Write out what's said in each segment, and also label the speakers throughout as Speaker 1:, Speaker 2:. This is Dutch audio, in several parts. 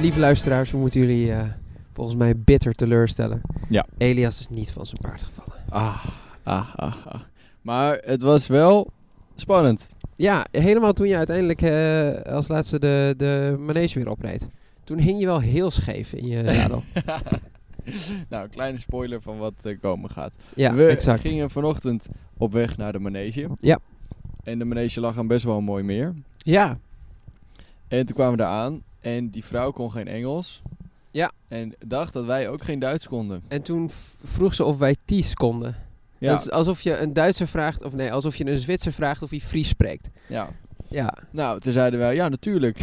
Speaker 1: lieve luisteraars, we moeten jullie eh, volgens mij bitter teleurstellen.
Speaker 2: Ja.
Speaker 1: Elias is niet van zijn paard gevallen.
Speaker 2: Ah, ah, ah, ah. Maar het was wel spannend.
Speaker 1: Ja, helemaal toen je uiteindelijk eh, als laatste de, de manege weer opreed. Toen hing je wel heel scheef in je zadel.
Speaker 2: nou, een kleine spoiler van wat er komen gaat.
Speaker 1: Ja,
Speaker 2: we
Speaker 1: exact.
Speaker 2: gingen vanochtend op weg naar de manege.
Speaker 1: Ja.
Speaker 2: En de manege lag aan best wel een mooi meer.
Speaker 1: Ja,
Speaker 2: En toen kwamen we daar aan en die vrouw kon geen Engels.
Speaker 1: Ja.
Speaker 2: En dacht dat wij ook geen Duits konden.
Speaker 1: en toen v- vroeg ze of wij Ties konden.
Speaker 2: Ja,
Speaker 1: Dat is alsof je een Duitser vraagt, of nee, alsof je een Zwitser vraagt of hij Fries spreekt.
Speaker 2: ja.
Speaker 1: Ja,
Speaker 2: Nou, toen zeiden wij, ja natuurlijk.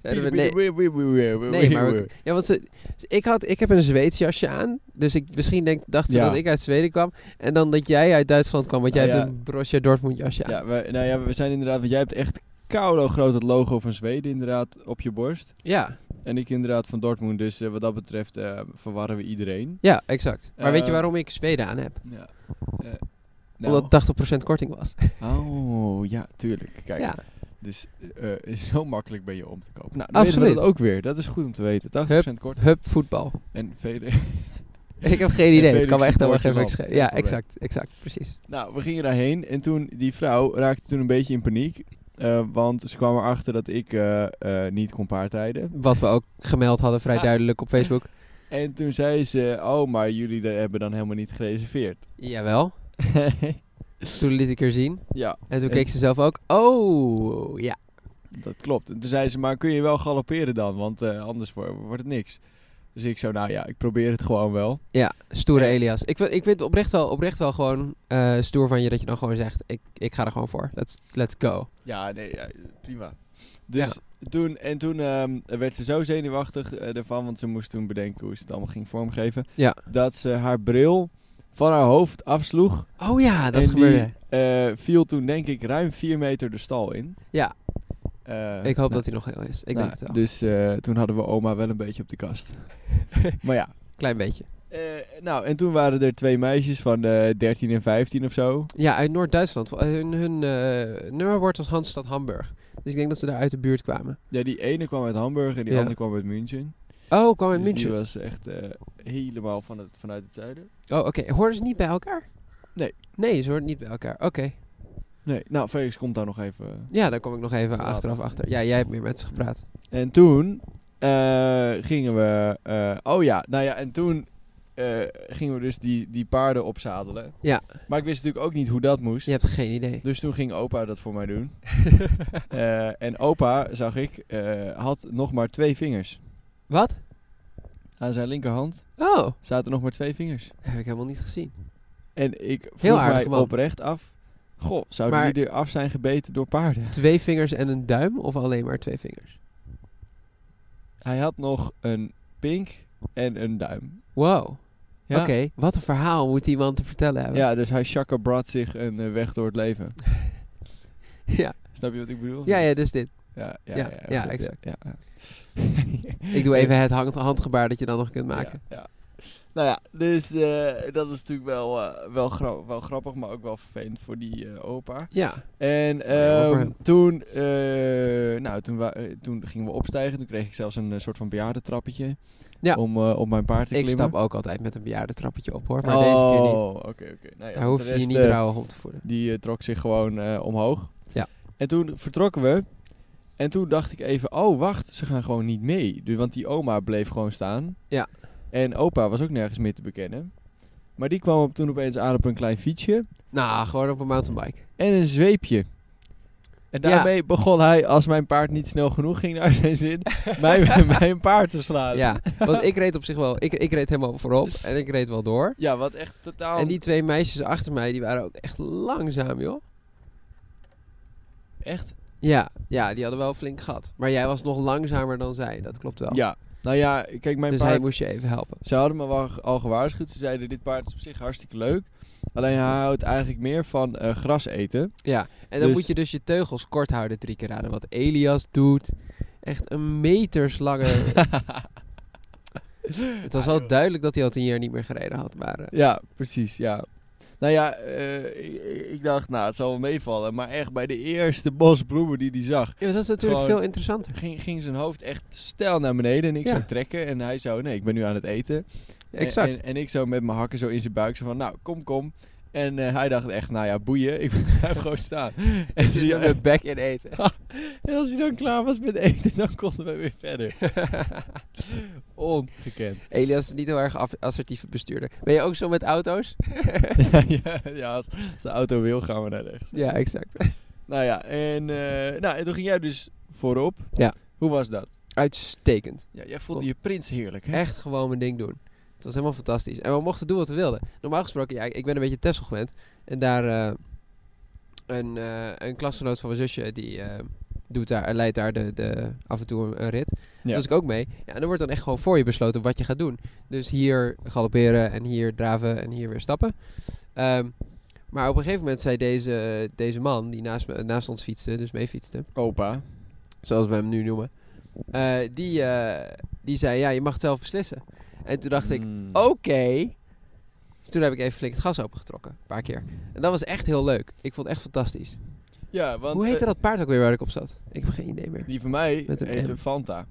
Speaker 1: zeiden we nee.
Speaker 2: Wee, wee, wee, wee, wee,
Speaker 1: Nee,
Speaker 2: wee,
Speaker 1: maar
Speaker 2: wee.
Speaker 1: we- ja, want ze, ik, had, ik heb een Zweeds jasje aan. Dus ik, misschien denk, dacht ze
Speaker 2: Ja.
Speaker 1: dat ik uit Zweden kwam. En dan dat jij uit Duitsland kwam. Want jij
Speaker 2: Ah,
Speaker 1: hebt
Speaker 2: ja.
Speaker 1: een Borussia Dortmund jasje aan. Ja.
Speaker 2: Ja, we, nou ja, we zijn inderdaad, want jij hebt echt koude groot het logo van Zweden inderdaad op je borst.
Speaker 1: ja,
Speaker 2: En ik inderdaad van Dortmund, dus eh, wat dat betreft eh, verwarren we iedereen.
Speaker 1: exact. Maar weet je
Speaker 2: Eh, nou.
Speaker 1: waarom ik Zweden aan heb?
Speaker 2: Ja.
Speaker 1: Eh, Omdat het 80% korting was.
Speaker 2: Nou, Oh, ja, tuurlijk. Kijk,
Speaker 1: ja,
Speaker 2: dus eh, eh, zo makkelijk ben je om te kopen. Nou, dan weten we
Speaker 1: Absoluut.
Speaker 2: dat ook weer. Dat is goed om te weten. 80% kort.
Speaker 1: hup voetbal.
Speaker 2: En vele...
Speaker 1: Ik heb geen idee. Het
Speaker 2: Felix
Speaker 1: kan me echt helemaal
Speaker 2: support je
Speaker 1: geen fuck
Speaker 2: land.
Speaker 1: schelen.
Speaker 2: Geen
Speaker 1: Ja,
Speaker 2: probleem.
Speaker 1: exact. Exact. Precies.
Speaker 2: Nou, we gingen daarheen en toen, die vrouw raakte toen een beetje in paniek. eh, want ze kwam erachter dat ik eh, eh, niet kon paardrijden.
Speaker 1: Wat we ook gemeld hadden vrij
Speaker 2: Ah.
Speaker 1: duidelijk op Facebook.
Speaker 2: En toen zei ze, oh, maar jullie daar hebben dan helemaal niet gereserveerd.
Speaker 1: Jawel. Toen liet ik er zien.
Speaker 2: ja,
Speaker 1: En toen
Speaker 2: En-
Speaker 1: keek ze zelf ook. Oh, ja.
Speaker 2: dat klopt. En toen zei ze, maar kun je wel galopperen dan? Want eh, anders wo- wordt het niks. Dus ik zo, nou ja, ik probeer het gewoon wel.
Speaker 1: Ja, stoere
Speaker 2: Eh.
Speaker 1: Elias. Ik, vind- ik vind het oprecht wel, oprecht wel gewoon eh, stoer van je dat je dan gewoon zegt: ik, ik ga er gewoon voor. Let's, let's go.
Speaker 2: Ja, nee, ja, prima. Dus toen, en toen ehm, werd ze zo zenuwachtig eh, ervan, want ze moest toen bedenken hoe ze het allemaal ging vormgeven.
Speaker 1: Ja.
Speaker 2: Dat ze haar bril van haar hoofd afsloeg.
Speaker 1: Oh ja, dat
Speaker 2: en
Speaker 1: gebeurde.
Speaker 2: Die, eh, viel toen denk ik ruim 4 meter de stal in.
Speaker 1: Ja.
Speaker 2: Eh,
Speaker 1: ik hoop
Speaker 2: nou,
Speaker 1: dat hij nog heel is. Ik
Speaker 2: nou,
Speaker 1: denk het wel.
Speaker 2: Dus eh, toen hadden we oma wel een beetje op de kast. maar ja.
Speaker 1: Klein beetje.
Speaker 2: Eh, nou, en toen waren er twee meisjes van eh 13 en 15 of zo.
Speaker 1: Ja, uit Noord-Duitsland. Vol- Hun, hun eh, nummer wordt als Hansstad Hamburg. Dus ik denk dat ze daar uit de buurt kwamen.
Speaker 2: Ja, die ene kwam uit Hamburg en die
Speaker 1: Ja.
Speaker 2: andere kwam uit München.
Speaker 1: Oh, kwam uit
Speaker 2: Dus die
Speaker 1: München.
Speaker 2: was echt eh, helemaal van het, vanuit het zuiden.
Speaker 1: Oh, oké. Hoorden ze niet bij elkaar?
Speaker 2: Nee.
Speaker 1: Nee, ze hoorden niet bij elkaar. Oké.
Speaker 2: Nee, nou, Felix komt daar nog even.
Speaker 1: Ja, daar kom ik nog even
Speaker 2: Later.
Speaker 1: achteraf achter. Ja, jij hebt meer met ze gepraat.
Speaker 2: En toen eh, gingen we. eh, oh ja, nou ja, en toen eh, gingen we dus die, die paarden opzadelen.
Speaker 1: Ja.
Speaker 2: Maar ik wist natuurlijk ook niet hoe dat moest.
Speaker 1: Je hebt geen idee.
Speaker 2: Dus toen ging opa dat voor mij doen. Eh, en opa, zag ik, eh, had nog maar twee vingers.
Speaker 1: Wat?
Speaker 2: Aan zijn linkerhand
Speaker 1: Oh,
Speaker 2: zaten nog maar twee vingers.
Speaker 1: heb ik helemaal niet gezien.
Speaker 2: En ik vroeg
Speaker 1: Heel aardig
Speaker 2: mij
Speaker 1: man.
Speaker 2: oprecht af. Goh, zou
Speaker 1: Maar-
Speaker 2: die er af zijn gebeten door paarden?
Speaker 1: Twee vingers en een duim of alleen maar twee vingers?
Speaker 2: Hij had nog een pink en een duim.
Speaker 1: Wow.
Speaker 2: Ja,
Speaker 1: Oké, wat een verhaal moet iemand te vertellen hebben.
Speaker 2: ja dus hij chakabrat zich een eh, weg door het leven.
Speaker 1: ja.
Speaker 2: Snap je wat ik bedoel?
Speaker 1: ja, ja, dus dit.
Speaker 2: ja, ja,
Speaker 1: Ja, ja,
Speaker 2: goed,
Speaker 1: exact.
Speaker 2: ja, ja.
Speaker 1: Ik doe even het hand- handgebaar dat je dan nog kunt maken.
Speaker 2: Ja, ja. Nou ja, dus eh, dat was natuurlijk wel, eh, wel, gra- wel grappig, maar ook wel vervelend voor die eh, opa.
Speaker 1: Ja,
Speaker 2: En
Speaker 1: is wel jammer voor
Speaker 2: ehm,
Speaker 1: hem.
Speaker 2: toen, eh, nou, toen, wa- eh, toen gingen we opstijgen. Toen kreeg ik zelfs een eh, soort van bejaardentrappetje
Speaker 1: Ja.
Speaker 2: om eh, op mijn paard te
Speaker 1: ik
Speaker 2: klimmen.
Speaker 1: stap ook altijd met een bejaarde trappetje op hoor, maar deze keer niet.
Speaker 2: Oh, oké, oké. Nou ja,
Speaker 1: Daar hoef
Speaker 2: de
Speaker 1: je je
Speaker 2: rest,
Speaker 1: niet
Speaker 2: eh,
Speaker 1: rauwe hond te voelen.
Speaker 2: Die eh, trok zich gewoon eh, omhoog.
Speaker 1: Ja.
Speaker 2: En toen vertrokken we. En toen dacht ik even, oh wacht, ze gaan gewoon niet mee. Dus, want die oma bleef gewoon staan.
Speaker 1: Ja.
Speaker 2: En opa was ook nergens meer te bekennen. Maar die kwam op- toen opeens aan op een klein fietsje
Speaker 1: Nou, gewoon op een mountainbike.
Speaker 2: en een zweepje. En
Speaker 1: Ja.
Speaker 2: daarmee begon hij, als mijn paard niet snel genoeg ging naar zijn zin, mijn, mijn paard te slaan.
Speaker 1: Ja, want ik reed op zich wel. Ik, ik reed helemaal voorop en ik reed wel door.
Speaker 2: Ja, wat echt totaal...
Speaker 1: En die twee meisjes achter mij, die waren ook echt langzaam joh.
Speaker 2: Echt?
Speaker 1: Ja, ja, die hadden wel flink gat. Maar jij was nog langzamer dan zij, dat klopt wel.
Speaker 2: Ja. Nou ja, kijk, mijn
Speaker 1: dus
Speaker 2: paard...
Speaker 1: hij moest je even helpen.
Speaker 2: Ze hadden me wel al gewaarschuwd. Ze zeiden, dit paard is op zich hartstikke leuk. Alleen hij houdt eigenlijk meer van eh, gras eten.
Speaker 1: Ja, en dan
Speaker 2: Dus-
Speaker 1: moet je dus je teugels kort houden drie keer raden. Wat Elias doet. Echt een meterslange... Ah, het was wel duidelijk dat hij al tien jaar niet meer gereden had. Maar eh,
Speaker 2: Ja, precies, ja. Nou ja, eh, ik, ik dacht, nou, het zal wel meevallen. Maar echt bij de eerste bos bloemen die hij zag,
Speaker 1: Ja, maar dat is natuurlijk
Speaker 2: Gewoon-
Speaker 1: veel interessanter.
Speaker 2: ging, ging zijn hoofd echt stijl naar beneden. En ik
Speaker 1: Ja.
Speaker 2: zou trekken. En hij zou, nee, ik ben nu aan het eten. En-
Speaker 1: Exact.
Speaker 2: En, en, ik zou met mijn hakken zo in zijn buik, zo van, nou, kom, kom. En eh, hij dacht echt, nou ja, boeien, ik blijf gewoon staan. En, zie je,
Speaker 1: Zit met bek in eten.
Speaker 2: en als hij dan klaar was met eten, dan konden we weer verder. Ongekend.
Speaker 1: Elias is niet heel erg af- assertieve bestuurder. Ben je ook zo met auto's?
Speaker 2: ja, ja als, als de auto wil, gaan we naar rechts.
Speaker 1: Ja, exact.
Speaker 2: Nou ja, en, eh, nou, en toen ging jij dus voorop.
Speaker 1: Ja.
Speaker 2: Hoe was dat?
Speaker 1: Uitstekend.
Speaker 2: Ja, jij voelde je prins heerlijk, hè?
Speaker 1: Echt gewoon mijn ding doen. Het was helemaal fantastisch. En we mochten doen wat we wilden. Normaal gesproken, ja, ik ben een beetje Tesla gewend. En daar eh, een, eh, een klasgenoot van mijn zusje, die eh, doet daar, leidt daar de, de, af en toe een, een rit.
Speaker 2: Ja.
Speaker 1: Daar was ik ook mee. Ja, en dan wordt dan echt gewoon voor je besloten wat je gaat doen. Dus hier galopperen en hier draven en hier weer stappen. Ehm, maar op een gegeven moment zei deze, deze man, die naast, me, naast ons fietste, dus mee fietste,
Speaker 2: Opa.
Speaker 1: zoals we hem nu noemen, eh, die, eh, die zei, ja, je mag het zelf beslissen. En toen dacht ik, oh!
Speaker 2: Mm.
Speaker 1: oké. Dus toen heb ik even flink het gas opengetrokken, een paar keer. En dat was echt heel leuk. Ik vond het echt fantastisch.
Speaker 2: Ja, want
Speaker 1: Hoe heette
Speaker 2: eh,
Speaker 1: dat paard ook weer waar ik op zat? Ik heb geen idee meer.
Speaker 2: die van mij
Speaker 1: Met een
Speaker 2: heette
Speaker 1: M.
Speaker 2: Fanta.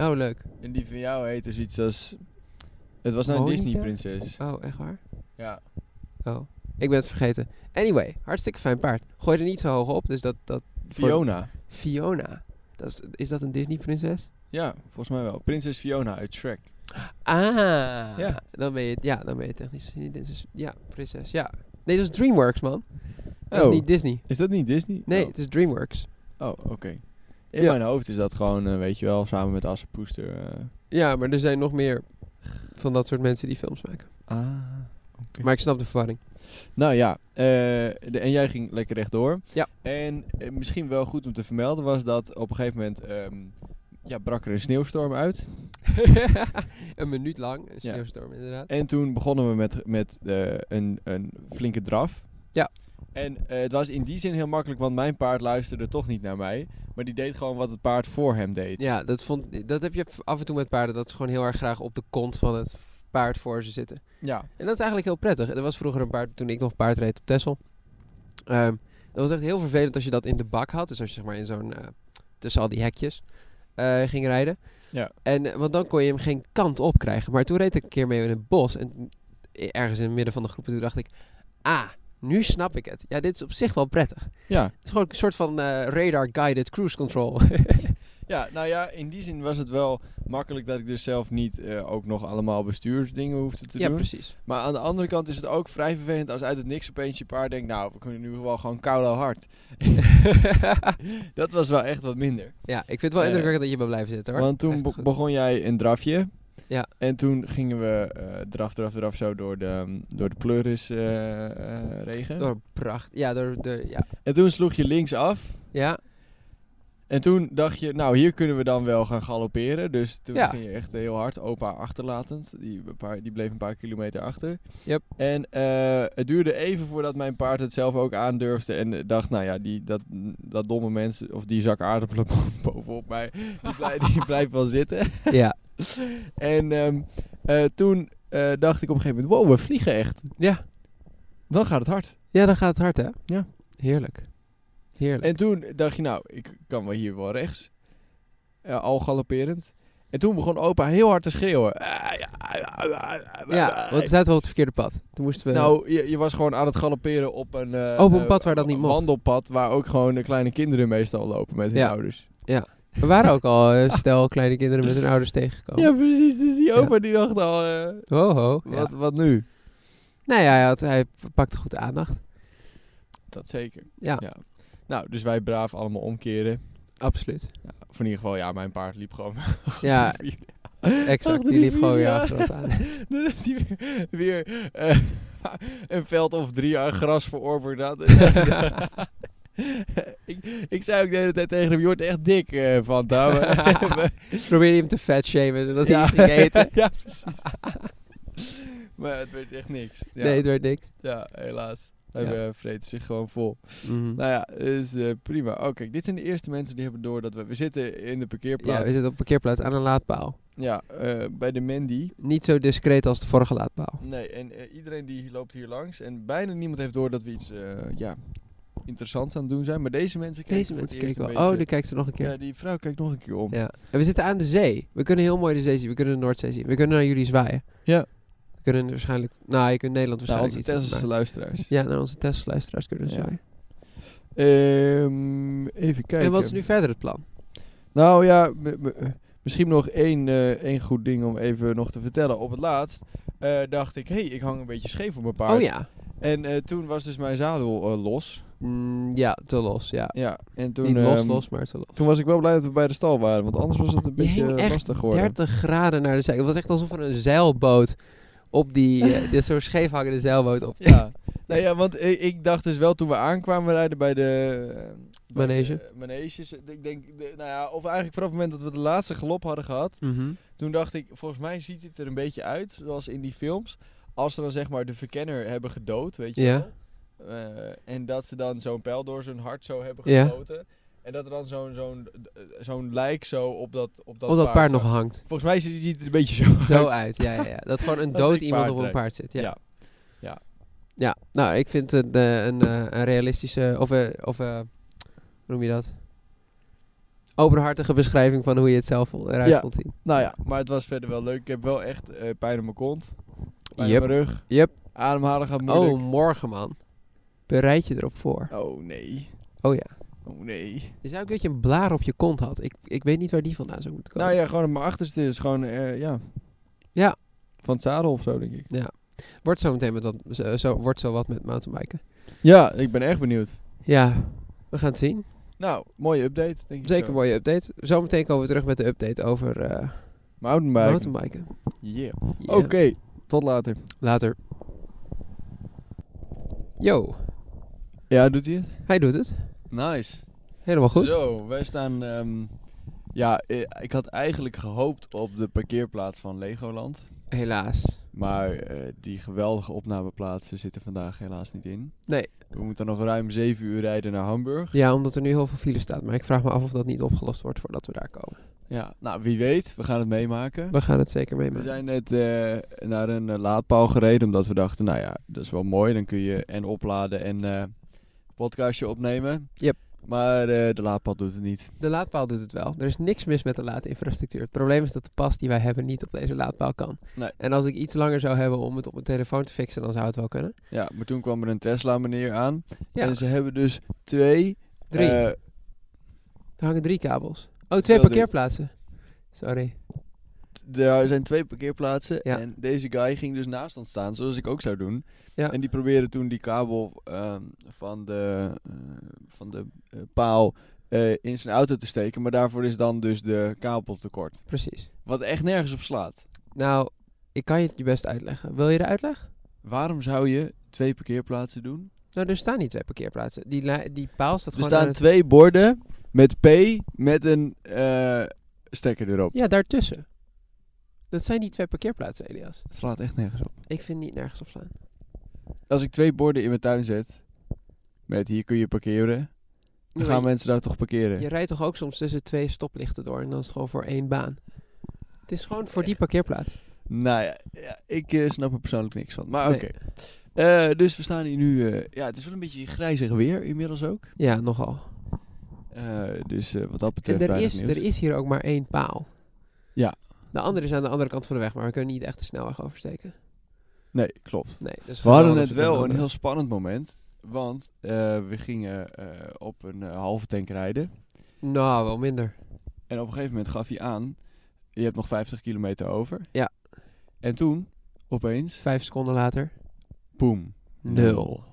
Speaker 1: Oh, leuk.
Speaker 2: En die van jou heette zoiets als... Het was nou een
Speaker 1: Monica?
Speaker 2: Disney-prinses.
Speaker 1: Oh, echt waar?
Speaker 2: Ja.
Speaker 1: Oh, ik ben het vergeten. Anyway, hartstikke fijn paard. Gooi er niet zo hoog op, dus dat... dat voor-
Speaker 2: Fiona.
Speaker 1: Fiona. Dat is, is dat een Disney-prinses?
Speaker 2: Ja, volgens mij wel. Prinses Fiona uit Shrek.
Speaker 1: Ah,
Speaker 2: Ja.
Speaker 1: dan ben je, ja, dan ben je technisch gezien niet Disney. Ja, prinses, ja. Nee, dat is DreamWorks, man. Dat
Speaker 2: Oh.
Speaker 1: is niet Disney.
Speaker 2: Is dat niet Disney?
Speaker 1: Nee,
Speaker 2: Oh,
Speaker 1: het is DreamWorks.
Speaker 2: Oh, oké. In
Speaker 1: Ja.
Speaker 2: mijn hoofd is dat gewoon, eh, weet je wel, samen met Assepoester. eh.
Speaker 1: Ja, maar er zijn nog meer van dat soort mensen die films maken.
Speaker 2: Ah.
Speaker 1: Maar ik snap de verwarring.
Speaker 2: Nou ja, eh, de, en jij ging lekker rechtdoor.
Speaker 1: Ja.
Speaker 2: En eh, misschien wel goed om te vermelden was dat op een gegeven moment ehm, ja, brak er een sneeuwstorm uit.
Speaker 1: een minuut lang, een
Speaker 2: Ja.
Speaker 1: sneeuwstorm inderdaad.
Speaker 2: En toen begonnen we met, met eh, een, een flinke draf.
Speaker 1: Ja.
Speaker 2: En eh, het was in die zin heel makkelijk, want mijn paard luisterde toch niet naar mij. Maar die deed gewoon wat het paard voor hem deed.
Speaker 1: Ja, dat, vond, dat heb je af en toe met paarden, dat ze gewoon heel erg graag op de kont van het paard voor ze zitten.
Speaker 2: Ja.
Speaker 1: En dat is eigenlijk heel prettig. Er was vroeger een paard, toen ik nog paard reed op Texel. Ehm, dat was echt heel vervelend als je dat in de bak had. Dus als je zeg maar in zo'n, eh, tussen al die hekjes eh, ging rijden.
Speaker 2: Ja.
Speaker 1: En, eh, want dan kon je hem geen kant op krijgen. Maar toen reed ik een keer mee in het bos. En ergens in het midden van de groep, en toen dacht ik, ah, nu snap ik het. Ja, dit is op zich wel prettig.
Speaker 2: Ja.
Speaker 1: Het is gewoon een soort van eh, radar-guided cruise control.
Speaker 2: ja, nou ja, in die zin was het wel makkelijk dat ik dus zelf niet eh, ook nog allemaal bestuursdingen hoefde te
Speaker 1: ja,
Speaker 2: doen.
Speaker 1: precies.
Speaker 2: Maar aan de andere kant is het ook vrij vervelend als uit het niks opeens je paard denkt... Nou, we kunnen nu wel gewoon koude hard. dat was wel echt wat minder.
Speaker 1: Ja, ik vind het wel
Speaker 2: Eh,
Speaker 1: indrukwekkend dat je bent blijven zitten hoor.
Speaker 2: Want toen
Speaker 1: Echt
Speaker 2: be-
Speaker 1: goed.
Speaker 2: begon jij een drafje.
Speaker 1: Ja.
Speaker 2: En toen gingen we eh, draf, draf, draf zo door de, ehm, door de pleuris eh, eh, regen.
Speaker 1: Door pracht. Ja, door, door, ja.
Speaker 2: En toen sloeg je links af.
Speaker 1: ja,
Speaker 2: En toen dacht je, nou hier kunnen we dan wel gaan galopperen. Dus toen
Speaker 1: Ja.
Speaker 2: ging je echt heel hard, opa achterlatend. Die, een paar, die bleef een paar kilometer achter.
Speaker 1: Yep.
Speaker 2: En eh, het duurde even voordat mijn paard het zelf ook aandurfde. En eh, dacht, nou ja, die, dat, dat domme mens, of die zak aardappelen bo- bovenop mij, die, blij, die blijft wel zitten.
Speaker 1: ja,
Speaker 2: En ehm, eh, toen eh, dacht ik op een gegeven moment, wow, we vliegen echt.
Speaker 1: ja.
Speaker 2: Dan gaat het hard.
Speaker 1: Ja, dan gaat het hard, hè?
Speaker 2: Ja.
Speaker 1: Heerlijk. Heerlijk.
Speaker 2: En toen dacht je, nou, ik kan wel hier wel rechts. Eh, al galopperend. En toen begon opa heel hard te schreeuwen. Ah,
Speaker 1: ja, want we zaten wel op het verkeerde pad. Toen moesten we...
Speaker 2: Nou, je, je was gewoon aan het galopperen op een... eh,
Speaker 1: Op een
Speaker 2: eh,
Speaker 1: pad waar dat niet mocht.
Speaker 2: wandelpad waar ook gewoon de kleine kinderen meestal lopen met hun
Speaker 1: Ja.
Speaker 2: ouders.
Speaker 1: we waren ook al eh, stel kleine kinderen met hun ouders tegengekomen.
Speaker 2: Ja, precies. Dus die
Speaker 1: Oh. Ja.
Speaker 2: opa die dacht al, eh,
Speaker 1: Ho, ho. Ja.
Speaker 2: wat, wat nu?
Speaker 1: Nou ja, hij, had, hij pakte goed aandacht.
Speaker 2: Dat zeker.
Speaker 1: Ja,
Speaker 2: Ja. Nou, dus wij braaf allemaal omkeren.
Speaker 1: absoluut.
Speaker 2: Of in ieder geval, ja, mijn paard liep gewoon
Speaker 1: Ja, exact.
Speaker 2: Achter
Speaker 1: Die
Speaker 2: die
Speaker 1: liep gewoon weer
Speaker 2: vier, ja.
Speaker 1: achter ons aan.
Speaker 2: Dat hij weer, weer, eh, een veld of drie aan gras verorberd had. ik, ik zei ook de hele tijd tegen hem, je wordt echt dik eh, van
Speaker 1: Probeerde hem te vet shamen, zodat hij iets ging eten.
Speaker 2: ja, precies. maar het werd echt niks. Ja,
Speaker 1: Nee, het werd niks.
Speaker 2: ja helaas. Hij
Speaker 1: Ja.
Speaker 2: eh, vreet zich gewoon vol.
Speaker 1: Mhm.
Speaker 2: Nou ja, is eh, prima. Oké, dit zijn de eerste mensen die hebben door dat we... We zitten in de parkeerplaats.
Speaker 1: ja, we zitten op een parkeerplaats aan een laadpaal.
Speaker 2: Ja, eh, bij de Mandy.
Speaker 1: Niet zo discreet als de vorige laadpaal.
Speaker 2: Nee, en eh, iedereen die loopt hier langs. En bijna niemand heeft door dat we iets eh, ja, interessants aan het doen zijn. Maar deze mensen kijken
Speaker 1: Deze
Speaker 2: voor het
Speaker 1: mensen
Speaker 2: eerst
Speaker 1: kijken
Speaker 2: een
Speaker 1: wel. Oh, nu
Speaker 2: beetje-
Speaker 1: kijkt ze nog een keer.
Speaker 2: Ja, die vrouw kijkt nog een keer om.
Speaker 1: Ja. En we zitten aan de zee. We kunnen heel mooi de zee zien. We kunnen de Noordzee zien. We kunnen naar jullie zwaaien.
Speaker 2: Ja.
Speaker 1: We kunnen waarschijnlijk... Nou, je kunt Nederland
Speaker 2: Nou,
Speaker 1: waarschijnlijk
Speaker 2: onze
Speaker 1: niet
Speaker 2: Tesselse
Speaker 1: zien, maar-
Speaker 2: luisteraars.
Speaker 1: Ja, naar onze Tesla-luisteraars kunnen we
Speaker 2: Ja.
Speaker 1: zwaaien.
Speaker 2: Ehm, even kijken.
Speaker 1: En wat is nu verder het plan?
Speaker 2: Nou ja, m- m- eh, misschien nog één, eh, één goed ding om even nog te vertellen. Op het laatst eh, dacht ik, hé, hey, ik hang een beetje scheef op mijn paard.
Speaker 1: Oh ja.
Speaker 2: En eh, toen was dus mijn zadel eh, los.
Speaker 1: Mm, ja, te los, ja.
Speaker 2: Ja, en toen,
Speaker 1: Niet los,
Speaker 2: ehm,
Speaker 1: los, maar te los.
Speaker 2: toen was ik wel blij dat we bij de stal waren, want anders was het een
Speaker 1: Je
Speaker 2: beetje
Speaker 1: hing echt
Speaker 2: lastig geworden.
Speaker 1: 30 graden naar de zee. Het was echt alsof er een zeilboot op die... eh, dit soort scheef hangende zeilboot op.
Speaker 2: Ja. nou ja, want ik, ik dacht dus wel toen we aankwamen rijden bij de... eh, bij
Speaker 1: Manege.
Speaker 2: de, eh, maneges. Ik denk, de- nou ja, of eigenlijk vanaf het moment dat we de laatste galop hadden gehad,
Speaker 1: Mhm.
Speaker 2: Toen dacht ik, volgens mij ziet het er een beetje uit, zoals in die films. Als ze dan zeg maar de verkenner hebben gedood, weet je
Speaker 1: Ja.
Speaker 2: wel. Eh, en dat ze dan zo'n pijl door zijn hart zo hebben
Speaker 1: Ja.
Speaker 2: geschoten. En dat er dan zo'n zo'n eh, zo'n lijk zo op dat, op dat,
Speaker 1: Op dat paard nog
Speaker 2: staat.
Speaker 1: hangt.
Speaker 2: Volgens mij ziet het er een beetje zo,
Speaker 1: Zo
Speaker 2: uit.
Speaker 1: uit, ja, ja, ja. Dat gewoon een
Speaker 2: Als
Speaker 1: dood
Speaker 2: ik
Speaker 1: iemand op
Speaker 2: paard
Speaker 1: een
Speaker 2: rijd.
Speaker 1: paard zit. Ja.
Speaker 2: Ja.
Speaker 1: Ja.
Speaker 2: Ja.
Speaker 1: nou, ik vind het eh, een, eh, een realistische, of, eh, of eh, hoe noem je dat? Openhartige beschrijving van hoe je het zelf vo- eruit
Speaker 2: Ja.
Speaker 1: wilt zien.
Speaker 2: Nou ja, maar het was verder wel leuk. Ik heb wel echt eh, pijn op mijn kont. Pijn
Speaker 1: Yep.
Speaker 2: op mijn rug.
Speaker 1: Yep.
Speaker 2: Ademhalen gaat moeilijk.
Speaker 1: Oh, morgen man. Bereid je erop voor.
Speaker 2: Oh nee.
Speaker 1: Oh ja.
Speaker 2: Oh nee.
Speaker 1: Je zou ook dat je een blaar op je kont had. Ik, ik weet niet waar die vandaan zou moeten komen.
Speaker 2: Nou ja, gewoon op mijn achterste is gewoon, eh, ja.
Speaker 1: Ja.
Speaker 2: Van het zadel of zo, denk ik.
Speaker 1: Wordt zo meteen met dat, zo, zo- wordt zo wat met mountainbiken.
Speaker 2: Ja, ik ben echt benieuwd.
Speaker 1: Ja, we gaan het zien.
Speaker 2: Nou, mooie update, denk ik.
Speaker 1: Zeker
Speaker 2: zo.
Speaker 1: een mooie update. Zometeen komen we terug met de update over eh
Speaker 2: Mountainbike.
Speaker 1: mountainbiken.
Speaker 2: Yeah.
Speaker 1: Ja.
Speaker 2: Oké, tot later.
Speaker 1: Later. Yo,
Speaker 2: Ja, doet hij het?
Speaker 1: hij doet het.
Speaker 2: Nice.
Speaker 1: Helemaal goed.
Speaker 2: Zo, wij staan. ehm, ja, eh, ik had eigenlijk gehoopt op de parkeerplaats van Legoland.
Speaker 1: Helaas.
Speaker 2: Maar eh, die geweldige opnameplaatsen zitten vandaag helaas niet in.
Speaker 1: Nee.
Speaker 2: We moeten nog ruim 7 uur rijden naar Hamburg.
Speaker 1: Ja, omdat er nu heel veel file staat. Maar ik vraag me af of dat niet opgelost wordt voordat we daar komen.
Speaker 2: Ja, nou wie weet, we gaan het meemaken.
Speaker 1: We gaan het zeker
Speaker 2: We
Speaker 1: meemaken.
Speaker 2: zijn net eh, naar een eh, laadpaal gereden, omdat we dachten, nou ja, dat is wel mooi. Dan kun je en opladen en eh podcastje opnemen.
Speaker 1: Yep.
Speaker 2: Maar eh, de laadpaal doet het niet.
Speaker 1: De laadpaal doet het wel. Er is niks mis met de laadinfrastructuur. Het probleem is dat de pas die wij hebben niet op deze laadpaal kan.
Speaker 2: Nee.
Speaker 1: En als ik iets langer zou hebben om het op mijn telefoon te fixen, dan zou het wel kunnen.
Speaker 2: Ja, maar toen kwam er een Tesla meneer aan.
Speaker 1: Ja,
Speaker 2: En ze hebben dus twee...
Speaker 1: drie.
Speaker 2: eh,
Speaker 1: er hangen drie kabels. Oh, twee
Speaker 2: drie.
Speaker 1: parkeerplaatsen. Sorry.
Speaker 2: t- er zijn twee parkeerplaatsen.
Speaker 1: Ja.
Speaker 2: En deze guy ging dus naast ons staan, zoals ik ook zou doen.
Speaker 1: Ja.
Speaker 2: En die probeerde toen die kabel ehm, van de, eh, van de eh, paal eh, in zijn auto te steken. Maar daarvoor is dan dus de kabel tekort.
Speaker 1: Precies.
Speaker 2: Wat echt nergens op slaat.
Speaker 1: Nou, ik kan je het je best uitleggen. Wil je de uitleg?
Speaker 2: Waarom zou je twee parkeerplaatsen doen?
Speaker 1: Nou, er staan niet twee parkeerplaatsen. Die, la- die paal staat
Speaker 2: Er
Speaker 1: gewoon... aan
Speaker 2: staan
Speaker 1: het-
Speaker 2: twee borden met P met een eh, stekker erop.
Speaker 1: Ja, daartussen. Dat zijn die twee parkeerplaatsen, Elias.
Speaker 2: Het slaat echt nergens op.
Speaker 1: Ik vind niet nergens op slaan.
Speaker 2: Als ik twee borden in mijn tuin zet met hier kun je parkeren,
Speaker 1: Ja,
Speaker 2: dan gaan
Speaker 1: maar
Speaker 2: mensen daar toch parkeren.
Speaker 1: je, je rijdt toch ook soms tussen twee stoplichten door en dan is het gewoon voor één baan. Het is gewoon voor die
Speaker 2: Echt.
Speaker 1: parkeerplaats.
Speaker 2: Nou ja, ja, ik eh, snap er persoonlijk niks van. Maar
Speaker 1: Nee.
Speaker 2: oké. Eh, dus we staan hier nu. eh, ja, het is wel een beetje grijzig weer inmiddels ook.
Speaker 1: Ja, nogal.
Speaker 2: Eh, dus eh, wat dat
Speaker 1: En
Speaker 2: betreft.
Speaker 1: er
Speaker 2: weinig
Speaker 1: is,
Speaker 2: nieuws.
Speaker 1: er is hier ook maar één paal.
Speaker 2: Ja.
Speaker 1: De andere is aan de andere kant van de weg, maar we kunnen niet echt de snelweg oversteken.
Speaker 2: Nee, klopt.
Speaker 1: Nee, dus
Speaker 2: We
Speaker 1: gaan
Speaker 2: hadden
Speaker 1: dan
Speaker 2: net
Speaker 1: op zoek naar
Speaker 2: wel een
Speaker 1: andere.
Speaker 2: heel spannend moment. Want eh, we gingen eh, op een eh, halve tank rijden.
Speaker 1: Nou, wel minder.
Speaker 2: En op een gegeven moment gaf hij aan... Je hebt nog 50 kilometer over.
Speaker 1: Ja.
Speaker 2: En toen, opeens,
Speaker 1: Vijf seconden later,
Speaker 2: boem.
Speaker 1: nul.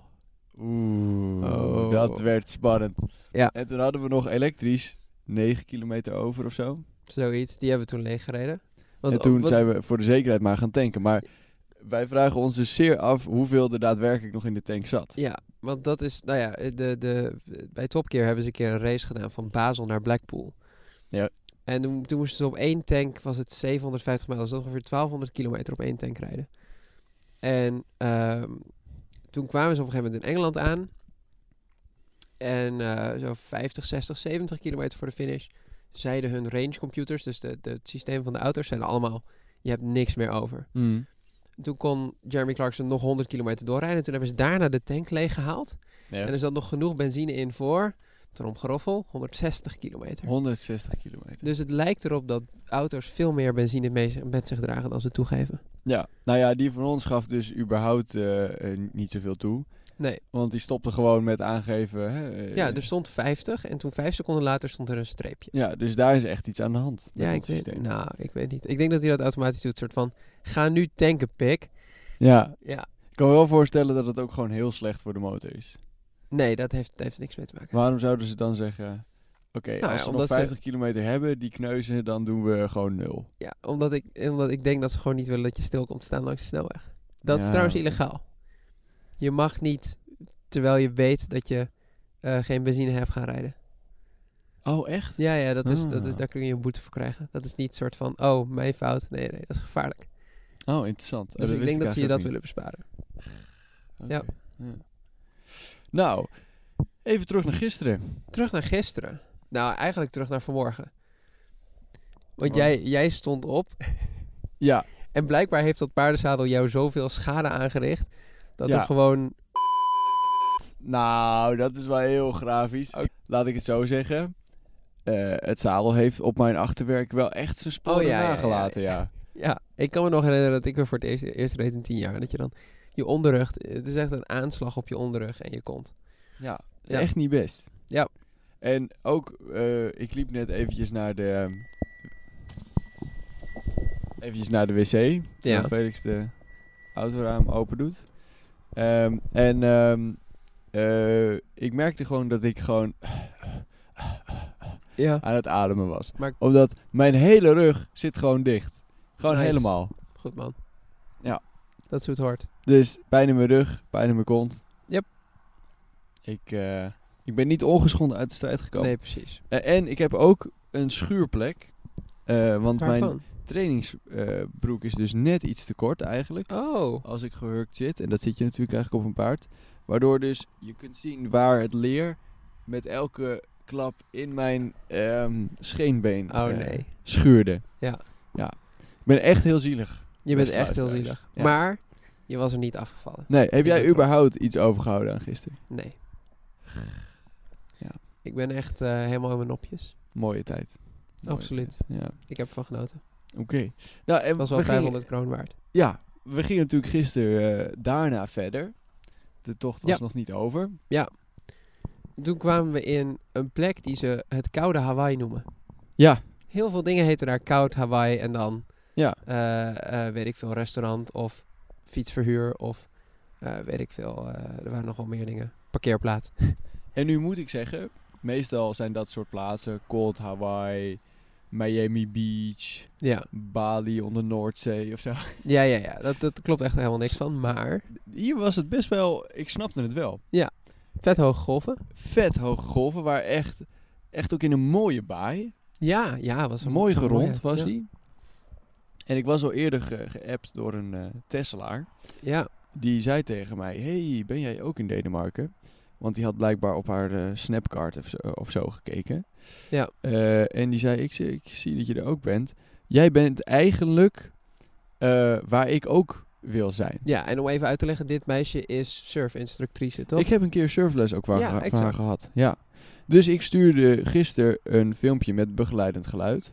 Speaker 2: Oeh,
Speaker 1: Oh.
Speaker 2: dat werd spannend.
Speaker 1: Ja.
Speaker 2: En toen hadden we nog elektrisch 9 kilometer over of zo.
Speaker 1: Zoiets, die hebben we toen leeggereden. Want,
Speaker 2: en toen
Speaker 1: wat-
Speaker 2: zijn we voor de zekerheid maar gaan tanken. Maar wij vragen ons dus zeer af hoeveel er daadwerkelijk nog in de tank zat.
Speaker 1: Ja, want dat is, nou ja, de, de, bij Top Gear hebben ze een keer een race gedaan van Basel naar Blackpool.
Speaker 2: Ja.
Speaker 1: En toen, toen moesten ze op één tank, was het 750 mijl, dus dat is ongeveer 1200 kilometer op één tank rijden. En ehm, toen kwamen ze op een gegeven moment in Engeland aan. En eh, zo 50, 60, 70 kilometer voor de finish zeiden hun rangecomputers, dus de, de, het systeem van de auto's, zeiden allemaal... Je hebt niks meer over.
Speaker 2: Mm.
Speaker 1: En toen kon Jeremy Clarkson nog 100 kilometer doorrijden. En toen hebben ze daarna de tank leeggehaald.
Speaker 2: Ja.
Speaker 1: En er zat nog genoeg benzine in voor, tromgeroffel, 160 kilometer.
Speaker 2: 160 kilometer.
Speaker 1: Dus het lijkt erop dat auto's veel meer benzine mee, met zich dragen dan ze toegeven.
Speaker 2: Ja, nou ja, die van ons gaf dus überhaupt eh, eh, niet zoveel toe.
Speaker 1: Nee,
Speaker 2: Want die stopte gewoon met aangeven. Hè, eh,
Speaker 1: ja, dus- er stond 50 en toen vijf seconden later stond er een streepje.
Speaker 2: ja, dus daar is echt iets aan de hand. met
Speaker 1: Ja,
Speaker 2: dat
Speaker 1: ik weet,
Speaker 2: systeem.
Speaker 1: nou, ik weet niet. Ik denk dat hij dat automatisch doet, soort van, ga nu tanken, pik.
Speaker 2: Ja,
Speaker 1: Ja,
Speaker 2: ik kan me wel voorstellen dat het ook gewoon heel slecht voor de motor is.
Speaker 1: nee, dat heeft, heeft niks mee te maken.
Speaker 2: Waarom zouden ze dan zeggen... Oké,
Speaker 1: Nou
Speaker 2: als
Speaker 1: ja,
Speaker 2: ze nog
Speaker 1: omdat ze-
Speaker 2: 50 kilometer hebben, die kneuzen, dan doen we gewoon nul.
Speaker 1: Ja, omdat ik, omdat ik denk dat ze gewoon niet willen dat je stil komt te staan langs de snelweg. Dat is
Speaker 2: Ja,
Speaker 1: trouwens
Speaker 2: oké.
Speaker 1: illegaal. Je mag niet, terwijl je weet dat je eh, geen benzine hebt, gaan rijden.
Speaker 2: Oh, echt?
Speaker 1: Ja, ja dat is, dat is,
Speaker 2: Ah.
Speaker 1: daar kun je een boete voor krijgen. Dat is niet soort van, oh, mijn fout. Nee, nee, dat is gevaarlijk.
Speaker 2: Oh, interessant. Oh,
Speaker 1: Dus
Speaker 2: dat
Speaker 1: ik
Speaker 2: wist
Speaker 1: denk dat ze je dat
Speaker 2: eigenlijk ook
Speaker 1: willen besparen.
Speaker 2: niet.
Speaker 1: ja.
Speaker 2: Oké, Nou, even terug naar gisteren.
Speaker 1: Terug naar gisteren. Nou, eigenlijk terug naar vanmorgen. Want
Speaker 2: Vanmorgen.
Speaker 1: jij, jij stond op
Speaker 2: Ja,
Speaker 1: en blijkbaar heeft dat paardenzadel jou zoveel schade aangericht... dat
Speaker 2: Ja.
Speaker 1: er gewoon...
Speaker 2: Nou, dat is wel heel grafisch.
Speaker 1: Oké.
Speaker 2: Laat ik het zo zeggen. Eh, het zadel heeft op mijn achterwerk wel echt zijn sporen
Speaker 1: Oh, ja, ja, ja,
Speaker 2: nagelaten, ja.
Speaker 1: Ja, ik kan me nog herinneren dat ik weer voor het eerst, eerst reed in tien jaar. Dat je dan je onderrug... Het is echt een aanslag op je onderrug en je kont.
Speaker 2: Ja, het is
Speaker 1: Ja.
Speaker 2: echt niet best.
Speaker 1: Ja.
Speaker 2: En ook, eh, ik liep net eventjes naar de... ehm, eventjes naar de wc. Terwijl
Speaker 1: Ja.
Speaker 2: Felix de eh, autoraam open doet. Ehm, en ehm, eh, ik merkte gewoon dat ik gewoon
Speaker 1: Ja,
Speaker 2: aan het ademen was.
Speaker 1: Maar-
Speaker 2: Omdat mijn hele rug zit gewoon dicht. Gewoon
Speaker 1: Nice.
Speaker 2: helemaal.
Speaker 1: goed man.
Speaker 2: Ja.
Speaker 1: Dat is hoe het hoort.
Speaker 2: Dus pijn in mijn rug, pijn in mijn kont.
Speaker 1: Yep.
Speaker 2: Ik, eh, ik ben niet ongeschonden uit de strijd gekomen.
Speaker 1: Nee, precies.
Speaker 2: Eh, en ik heb ook een schuurplek. Eh, want mijn
Speaker 1: Waarvan?
Speaker 2: trainingsbroek is dus net iets te kort eigenlijk.
Speaker 1: Oh,
Speaker 2: Als ik gehurkt zit. En dat zit je natuurlijk eigenlijk op een paard. Waardoor dus je kunt zien waar het leer met elke klap in mijn ehm, scheenbeen
Speaker 1: oh
Speaker 2: eh,
Speaker 1: nee.
Speaker 2: schuurde.
Speaker 1: Ja.
Speaker 2: ja. Ik ben echt heel zielig.
Speaker 1: Je bent
Speaker 2: Beste
Speaker 1: echt heel
Speaker 2: luisteraars.
Speaker 1: zielig.
Speaker 2: Ja.
Speaker 1: Maar je was er niet afgevallen.
Speaker 2: Nee, heb
Speaker 1: Ik ben
Speaker 2: jij
Speaker 1: trots.
Speaker 2: überhaupt iets overgehouden aan gisteren?
Speaker 1: Nee.
Speaker 2: Ja.
Speaker 1: Ik ben echt eh, helemaal in mijn nopjes.
Speaker 2: Mooie tijd. Mooie
Speaker 1: Absoluut.
Speaker 2: tijd, Ja.
Speaker 1: Ik heb ervan genoten.
Speaker 2: Oké. Nou, en
Speaker 1: Het was wel
Speaker 2: we gingen-
Speaker 1: 500 kroon waard.
Speaker 2: Ja, we gingen natuurlijk gisteren eh, daarna verder. De tocht was
Speaker 1: Ja.
Speaker 2: nog niet over.
Speaker 1: Toen kwamen we in een plek die ze het koude Hawaii noemen.
Speaker 2: Ja.
Speaker 1: Heel veel dingen heten daar koud Hawaii en dan
Speaker 2: Ja.
Speaker 1: eh, eh, weet ik veel, restaurant of fietsverhuur of eh, weet ik veel. eh, er waren nog wel meer dingen. Parkeerplaats.
Speaker 2: En nu moet ik zeggen, meestal zijn dat soort plaatsen, Cold Hawaii, Miami Beach,
Speaker 1: Ja,
Speaker 2: Bali onder Noordzee of zo.
Speaker 1: ja, ja, ja. Dat, dat klopt echt helemaal niks van. Maar
Speaker 2: Hier was het best wel, ik snapte het wel,
Speaker 1: vet hoge golven.
Speaker 2: vet hoge golven, waar echt, echt ook in een mooie baai,
Speaker 1: Ja, ja, was een
Speaker 2: mooi
Speaker 1: zo'n
Speaker 2: gerond
Speaker 1: mooie,
Speaker 2: was
Speaker 1: ja.
Speaker 2: die. En ik was al eerder ge- geappt door een eh Tesselaar.
Speaker 1: Ja,
Speaker 2: die zei tegen mij: Hey, ben jij ook in Denemarken? Want die had blijkbaar op haar eh, Snapcard of zo, of zo gekeken.
Speaker 1: Ja.
Speaker 2: Eh, en die zei: ik, zie- ik zie dat je er ook bent. Jij bent eigenlijk eh, waar ik ook wil zijn.
Speaker 1: ja, en om even uit te leggen, dit meisje is surfinstructrice, toch?
Speaker 2: Ik heb een keer surfles ook waar
Speaker 1: Ja,
Speaker 2: geha- van
Speaker 1: exact.
Speaker 2: haar gehad. Ja. Dus ik stuurde gisteren een filmpje met begeleidend geluid.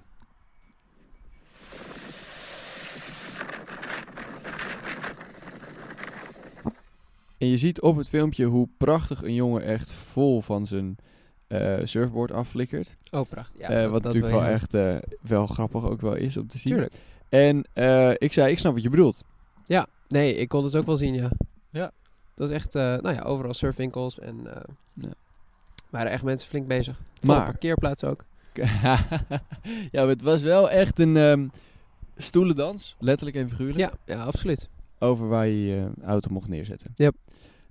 Speaker 2: En je ziet op het filmpje hoe prachtig een jongen echt vol van zijn eh, surfboard afflikkert.
Speaker 1: Oh, prachtig. Ja,
Speaker 2: Eh,
Speaker 1: dat- dat
Speaker 2: wat natuurlijk
Speaker 1: wil
Speaker 2: wel
Speaker 1: je hebben.
Speaker 2: echt eh, wel grappig ook wel is om te zien.
Speaker 1: Tuurlijk.
Speaker 2: En eh, ik zei, ik snap wat je bedoelt.
Speaker 1: Ja, nee, ik kon het ook wel zien, ja.
Speaker 2: Ja.
Speaker 1: Dat is echt, eh, nou ja, overal surfwinkels en eh,
Speaker 2: Ja.
Speaker 1: waren echt mensen flink bezig. Van
Speaker 2: Maar-
Speaker 1: maar. parkeerplaats ook.
Speaker 2: ja, maar het was wel echt een ehm, stoelendans, letterlijk en figuurlijk,
Speaker 1: Ja, ja, absoluut.
Speaker 2: over waar je je auto mocht neerzetten.
Speaker 1: Yep.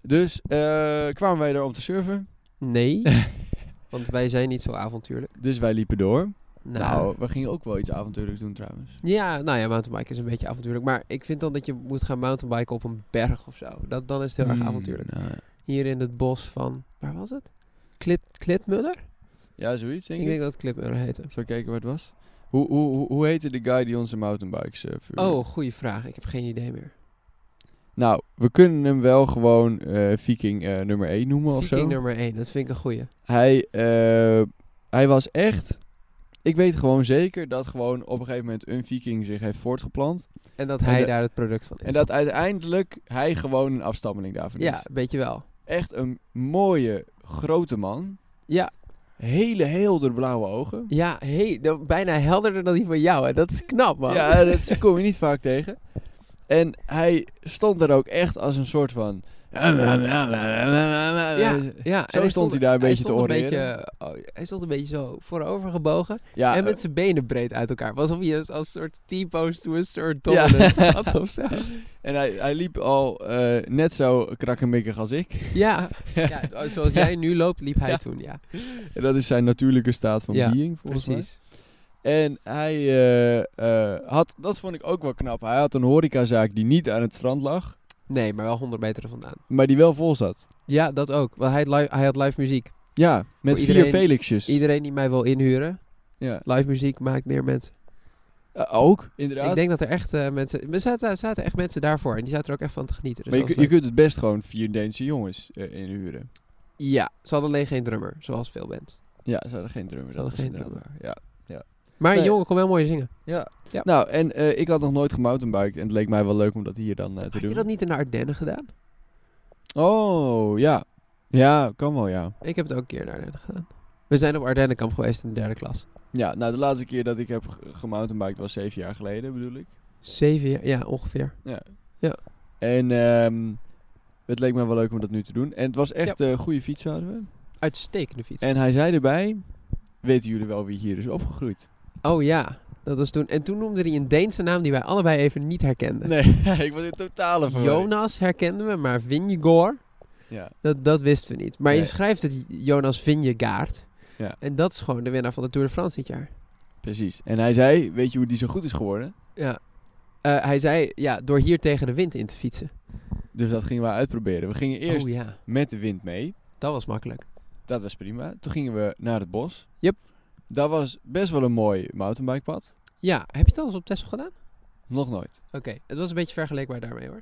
Speaker 2: Dus eh, kwamen wij er om te surfen,
Speaker 1: Nee, want wij zijn niet zo avontuurlijk.
Speaker 2: dus wij liepen door.
Speaker 1: Nou.
Speaker 2: Nou, we gingen ook wel iets avontuurlijks doen trouwens.
Speaker 1: Ja, nou ja, mountainbiken is een beetje avontuurlijk. Maar ik vind dan dat je moet gaan mountainbiken op een berg of zo. Dat, dan is het heel erg
Speaker 2: Mm,
Speaker 1: avontuurlijk.
Speaker 2: nou,
Speaker 1: Hier in het bos van, waar was het? Klit, Klitmuller?
Speaker 2: Ja, zoiets denk
Speaker 1: Ik
Speaker 2: ik.
Speaker 1: denk dat het Clipmurr heette.
Speaker 2: Zal ik kijken waar het was? Hoe, hoe, hoe- hoe heette de guy die onze mountainbikes eh vuurde?
Speaker 1: Oh, goede vraag. Ik heb geen idee meer.
Speaker 2: Nou, we kunnen hem wel gewoon eh, Viking eh, nummer 1 noemen of zo.
Speaker 1: Viking nummer 1, dat vind ik een goeie.
Speaker 2: Hij, eh, hij was echt... Ik weet gewoon zeker dat gewoon op een gegeven moment een viking zich heeft voortgeplant.
Speaker 1: En dat
Speaker 2: En
Speaker 1: hij
Speaker 2: de-
Speaker 1: daar het product van is.
Speaker 2: En dat uiteindelijk hij gewoon een afstammeling daarvan
Speaker 1: ja,
Speaker 2: is.
Speaker 1: weet je wel.
Speaker 2: Echt een mooie, grote man.
Speaker 1: Ja.
Speaker 2: Hele helder blauwe ogen.
Speaker 1: Ja, hey, dan bijna helderder dan die van jou. En dat is knap, man.
Speaker 2: Ja, dat kom je niet vaak tegen. En hij stond er ook echt als een soort van...
Speaker 1: Ja, ja, en
Speaker 2: stond hij daar een beetje te
Speaker 1: stond een
Speaker 2: oreren.
Speaker 1: beetje, oh, Hij stond een beetje zo voorover gebogen.
Speaker 2: Ja, eh.
Speaker 1: en met zijn benen breed uit elkaar. Alsof hij als, als soort T-pose twister dominant
Speaker 2: Ja.
Speaker 1: had of zo.
Speaker 2: En hij, hij liep al eh, net zo krakkemikkig als ik.
Speaker 1: Ja. ja, zoals jij nu loopt, liep hij
Speaker 2: Ja.
Speaker 1: toen, ja.
Speaker 2: En dat is zijn natuurlijke staat van
Speaker 1: Ja,
Speaker 2: being, volgens mij.
Speaker 1: Precies.
Speaker 2: En hij eh, eh, had, dat vond ik ook wel knap, hij had een horecazaak die niet aan het strand lag,
Speaker 1: Nee, maar wel 100 meter vandaan.
Speaker 2: maar die wel vol zat.
Speaker 1: Ja, dat ook. Want hij had live, hij had live muziek.
Speaker 2: Ja, met
Speaker 1: Voor
Speaker 2: vier
Speaker 1: iedereen-
Speaker 2: Felixjes.
Speaker 1: Iedereen die mij wil inhuren,
Speaker 2: ja.
Speaker 1: live muziek maakt meer mensen.
Speaker 2: Eh, ook, inderdaad.
Speaker 1: Ik denk dat er echt eh, mensen... Er zaten, zaten echt mensen daarvoor. En die zaten er ook echt van te genieten. Dus
Speaker 2: maar je,
Speaker 1: dat
Speaker 2: kun-
Speaker 1: was
Speaker 2: je kunt het best gewoon vier Deense jongens eh, inhuren.
Speaker 1: leuk. Ja, ze hadden alleen geen drummer, zoals veel bands.
Speaker 2: Ja, ze hadden geen drummer.
Speaker 1: Ze hadden
Speaker 2: dat
Speaker 1: geen
Speaker 2: was inderdaad waar. Ja.
Speaker 1: Maar een
Speaker 2: Nee.
Speaker 1: jongen kon wel mooi zingen.
Speaker 2: Ja.
Speaker 1: Ja.
Speaker 2: Nou, en eh, ik had nog nooit gemountainbiked en het leek mij wel leuk om dat hier dan eh, te
Speaker 1: Had
Speaker 2: doen.
Speaker 1: je dat niet in de Ardennen gedaan?
Speaker 2: Oh, ja. Ja, kan wel, ja.
Speaker 1: Ik heb het ook een keer in de Ardennen gedaan. We zijn op Ardennenkamp geweest in de derde klas.
Speaker 2: Ja, nou de laatste keer dat ik heb ge- gemountainbiked was zeven jaar geleden, bedoel ik.
Speaker 1: Zeven jaar, ja, ongeveer.
Speaker 2: En ehm, het leek me wel leuk om dat nu te doen. En het was echt een goede fiets hadden we.
Speaker 1: Uitstekende fiets.
Speaker 2: En hij zei erbij, weten jullie wel wie hier is opgegroeid?
Speaker 1: Oh ja, dat was toen. En toen noemde hij een Deense naam die wij allebei even niet herkenden.
Speaker 2: Nee, ik was in totale verwarring.
Speaker 1: Jonas herkenden we, maar Vinjegor,
Speaker 2: Ja.
Speaker 1: dat, dat wisten we niet. Maar je
Speaker 2: Nee.
Speaker 1: schrijft het Jonas Vinjegaard.
Speaker 2: Ja.
Speaker 1: En dat is gewoon de winnaar van de Tour de France dit jaar.
Speaker 2: Precies. En hij zei, weet je hoe die zo goed is geworden?
Speaker 1: Ja. Eh, hij zei, ja, door hier tegen de wind in te fietsen.
Speaker 2: Dus dat gingen we uitproberen. We gingen eerst
Speaker 1: Oh ja,
Speaker 2: met de wind mee.
Speaker 1: dat was makkelijk.
Speaker 2: Dat was prima. Toen gingen we naar het bos.
Speaker 1: Yep.
Speaker 2: Dat was best wel een mooi mountainbikepad.
Speaker 1: Ja, heb je het al eens op Tesla gedaan?
Speaker 2: Nog nooit.
Speaker 1: Oké, het was een beetje vergelijkbaar daarmee hoor.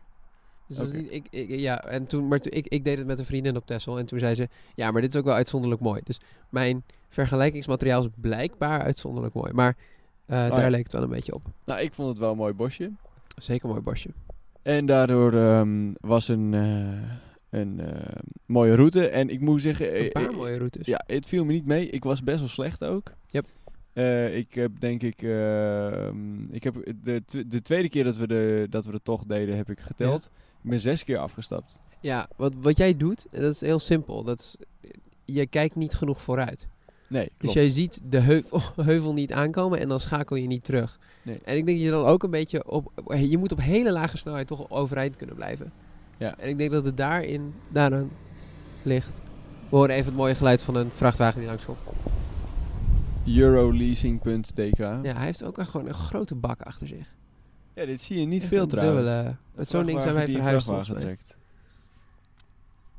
Speaker 1: Dus dat is
Speaker 2: Oké.
Speaker 1: niet, ik, ik, ja, en toen, maar toen, ik, ik deed het met een vriendin op Texel en toen zei ze, ja, maar dit is ook wel uitzonderlijk mooi. Dus mijn vergelijkingsmateriaal is blijkbaar uitzonderlijk mooi. Maar eh, daar
Speaker 2: Oh, ja.
Speaker 1: leek het wel een beetje op.
Speaker 2: Nou, ik vond het wel een mooi bosje.
Speaker 1: Zeker een mooi bosje.
Speaker 2: En daardoor ehm, was een, eh, een eh, mooie route. En ik moet zeggen... eh,
Speaker 1: Een paar
Speaker 2: eh,
Speaker 1: mooie routes.
Speaker 2: Ja, het viel me niet mee. Ik was best wel slecht ook.
Speaker 1: Dus- Yep.
Speaker 2: Eh, ik heb denk ik... ehm, ik heb de, tw- de tweede keer dat we de, dat we de tocht deden, heb ik geteld. Ik ben zes keer afgestapt.
Speaker 1: Ja, wat, wat jij doet, eh, dat is heel simpel. Dat is, eh, je kijkt niet genoeg vooruit.
Speaker 2: Nee,
Speaker 1: Dus
Speaker 2: klopt.
Speaker 1: jij ziet de heuvel, heuvel niet aankomen en dan schakel je niet terug.
Speaker 2: Nee.
Speaker 1: En ik denk dat je dan ook een beetje op... eh, Je moet op hele lage snelheid toch overeind kunnen blijven.
Speaker 2: Ja.
Speaker 1: En ik denk dat het daarin daaraan ligt. We horen even het mooie geluid van een vrachtwagen die langskomt.
Speaker 2: Euroleasing.dk. Ja.
Speaker 1: Ja, hij heeft ook echt gewoon een grote bak achter zich.
Speaker 2: dit zie je niet
Speaker 1: Echt
Speaker 2: veel
Speaker 1: een
Speaker 2: trouwens.
Speaker 1: dubbele- met zo'n ding zijn wij
Speaker 2: Vrachtwagen die
Speaker 1: verhuisd.
Speaker 2: vrachtwagen
Speaker 1: volgens mij.
Speaker 2: trekt.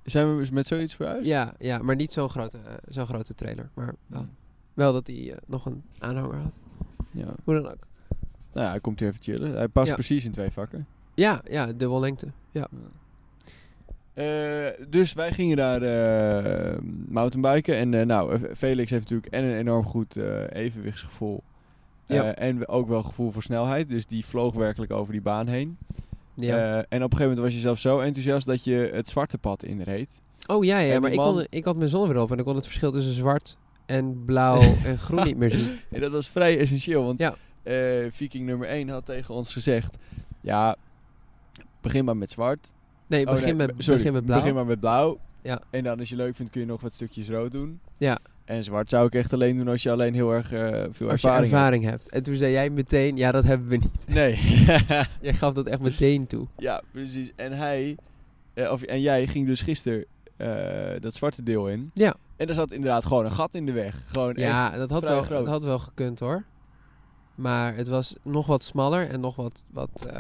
Speaker 2: Zijn we dus met zoiets verhuisd?
Speaker 1: Ja, ja, maar niet zo'n grote, eh, zo'n grote trailer. Maar wel, wel dat hij eh, nog een aanhanger had.
Speaker 2: ja.
Speaker 1: Hoe dan ook.
Speaker 2: Nou ja, hij komt hier even chillen. Hij past
Speaker 1: Ja.
Speaker 2: precies in twee vakken.
Speaker 1: Ja, ja, dubbel lengte. Ja.
Speaker 2: Eh, dus wij gingen daar eh mountainbiken. En eh, nou, eh, Felix heeft natuurlijk en een enorm goed eh, evenwichtsgevoel.
Speaker 1: Ja.
Speaker 2: Eh, en we- ook wel gevoel voor snelheid. Dus die vloog werkelijk over die baan heen.
Speaker 1: ja.
Speaker 2: Eh, en op een gegeven moment was je zelf zo enthousiast dat je het zwarte pad inreed.
Speaker 1: Oh ja, ja
Speaker 2: En
Speaker 1: maar
Speaker 2: die
Speaker 1: ik,
Speaker 2: man-
Speaker 1: kon, ik had mijn zonnebril op en ik kon het verschil tussen zwart en blauw en groen niet meer zien.
Speaker 2: En dat was vrij essentieel, want
Speaker 1: Ja.
Speaker 2: eh, Viking nummer 1 had tegen ons gezegd... Ja, begin maar met zwart.
Speaker 1: Nee,
Speaker 2: Oh,
Speaker 1: begin,
Speaker 2: nee,
Speaker 1: met,
Speaker 2: be- sorry,
Speaker 1: begin met blauw.
Speaker 2: Begin maar met blauw.
Speaker 1: Ja.
Speaker 2: En dan als je leuk vindt kun je nog wat stukjes rood doen.
Speaker 1: Ja.
Speaker 2: En zwart zou ik echt alleen doen als je alleen heel erg eh, veel
Speaker 1: als je
Speaker 2: ervaring,
Speaker 1: ervaring hebt. En toen zei jij meteen, ja, dat hebben we niet.
Speaker 2: hebt. Nee.
Speaker 1: Jij gaf dat echt meteen toe.
Speaker 2: ja, precies. En hij, eh, of, en jij ging dus gisteren eh, dat zwarte deel in.
Speaker 1: Ja.
Speaker 2: En er zat inderdaad gewoon een gat in de weg. Gewoon echt-
Speaker 1: Ja, dat had,
Speaker 2: vrij
Speaker 1: wel,
Speaker 2: groot.
Speaker 1: dat had wel gekund hoor. Maar het was nog wat smaller en nog wat, wat eh,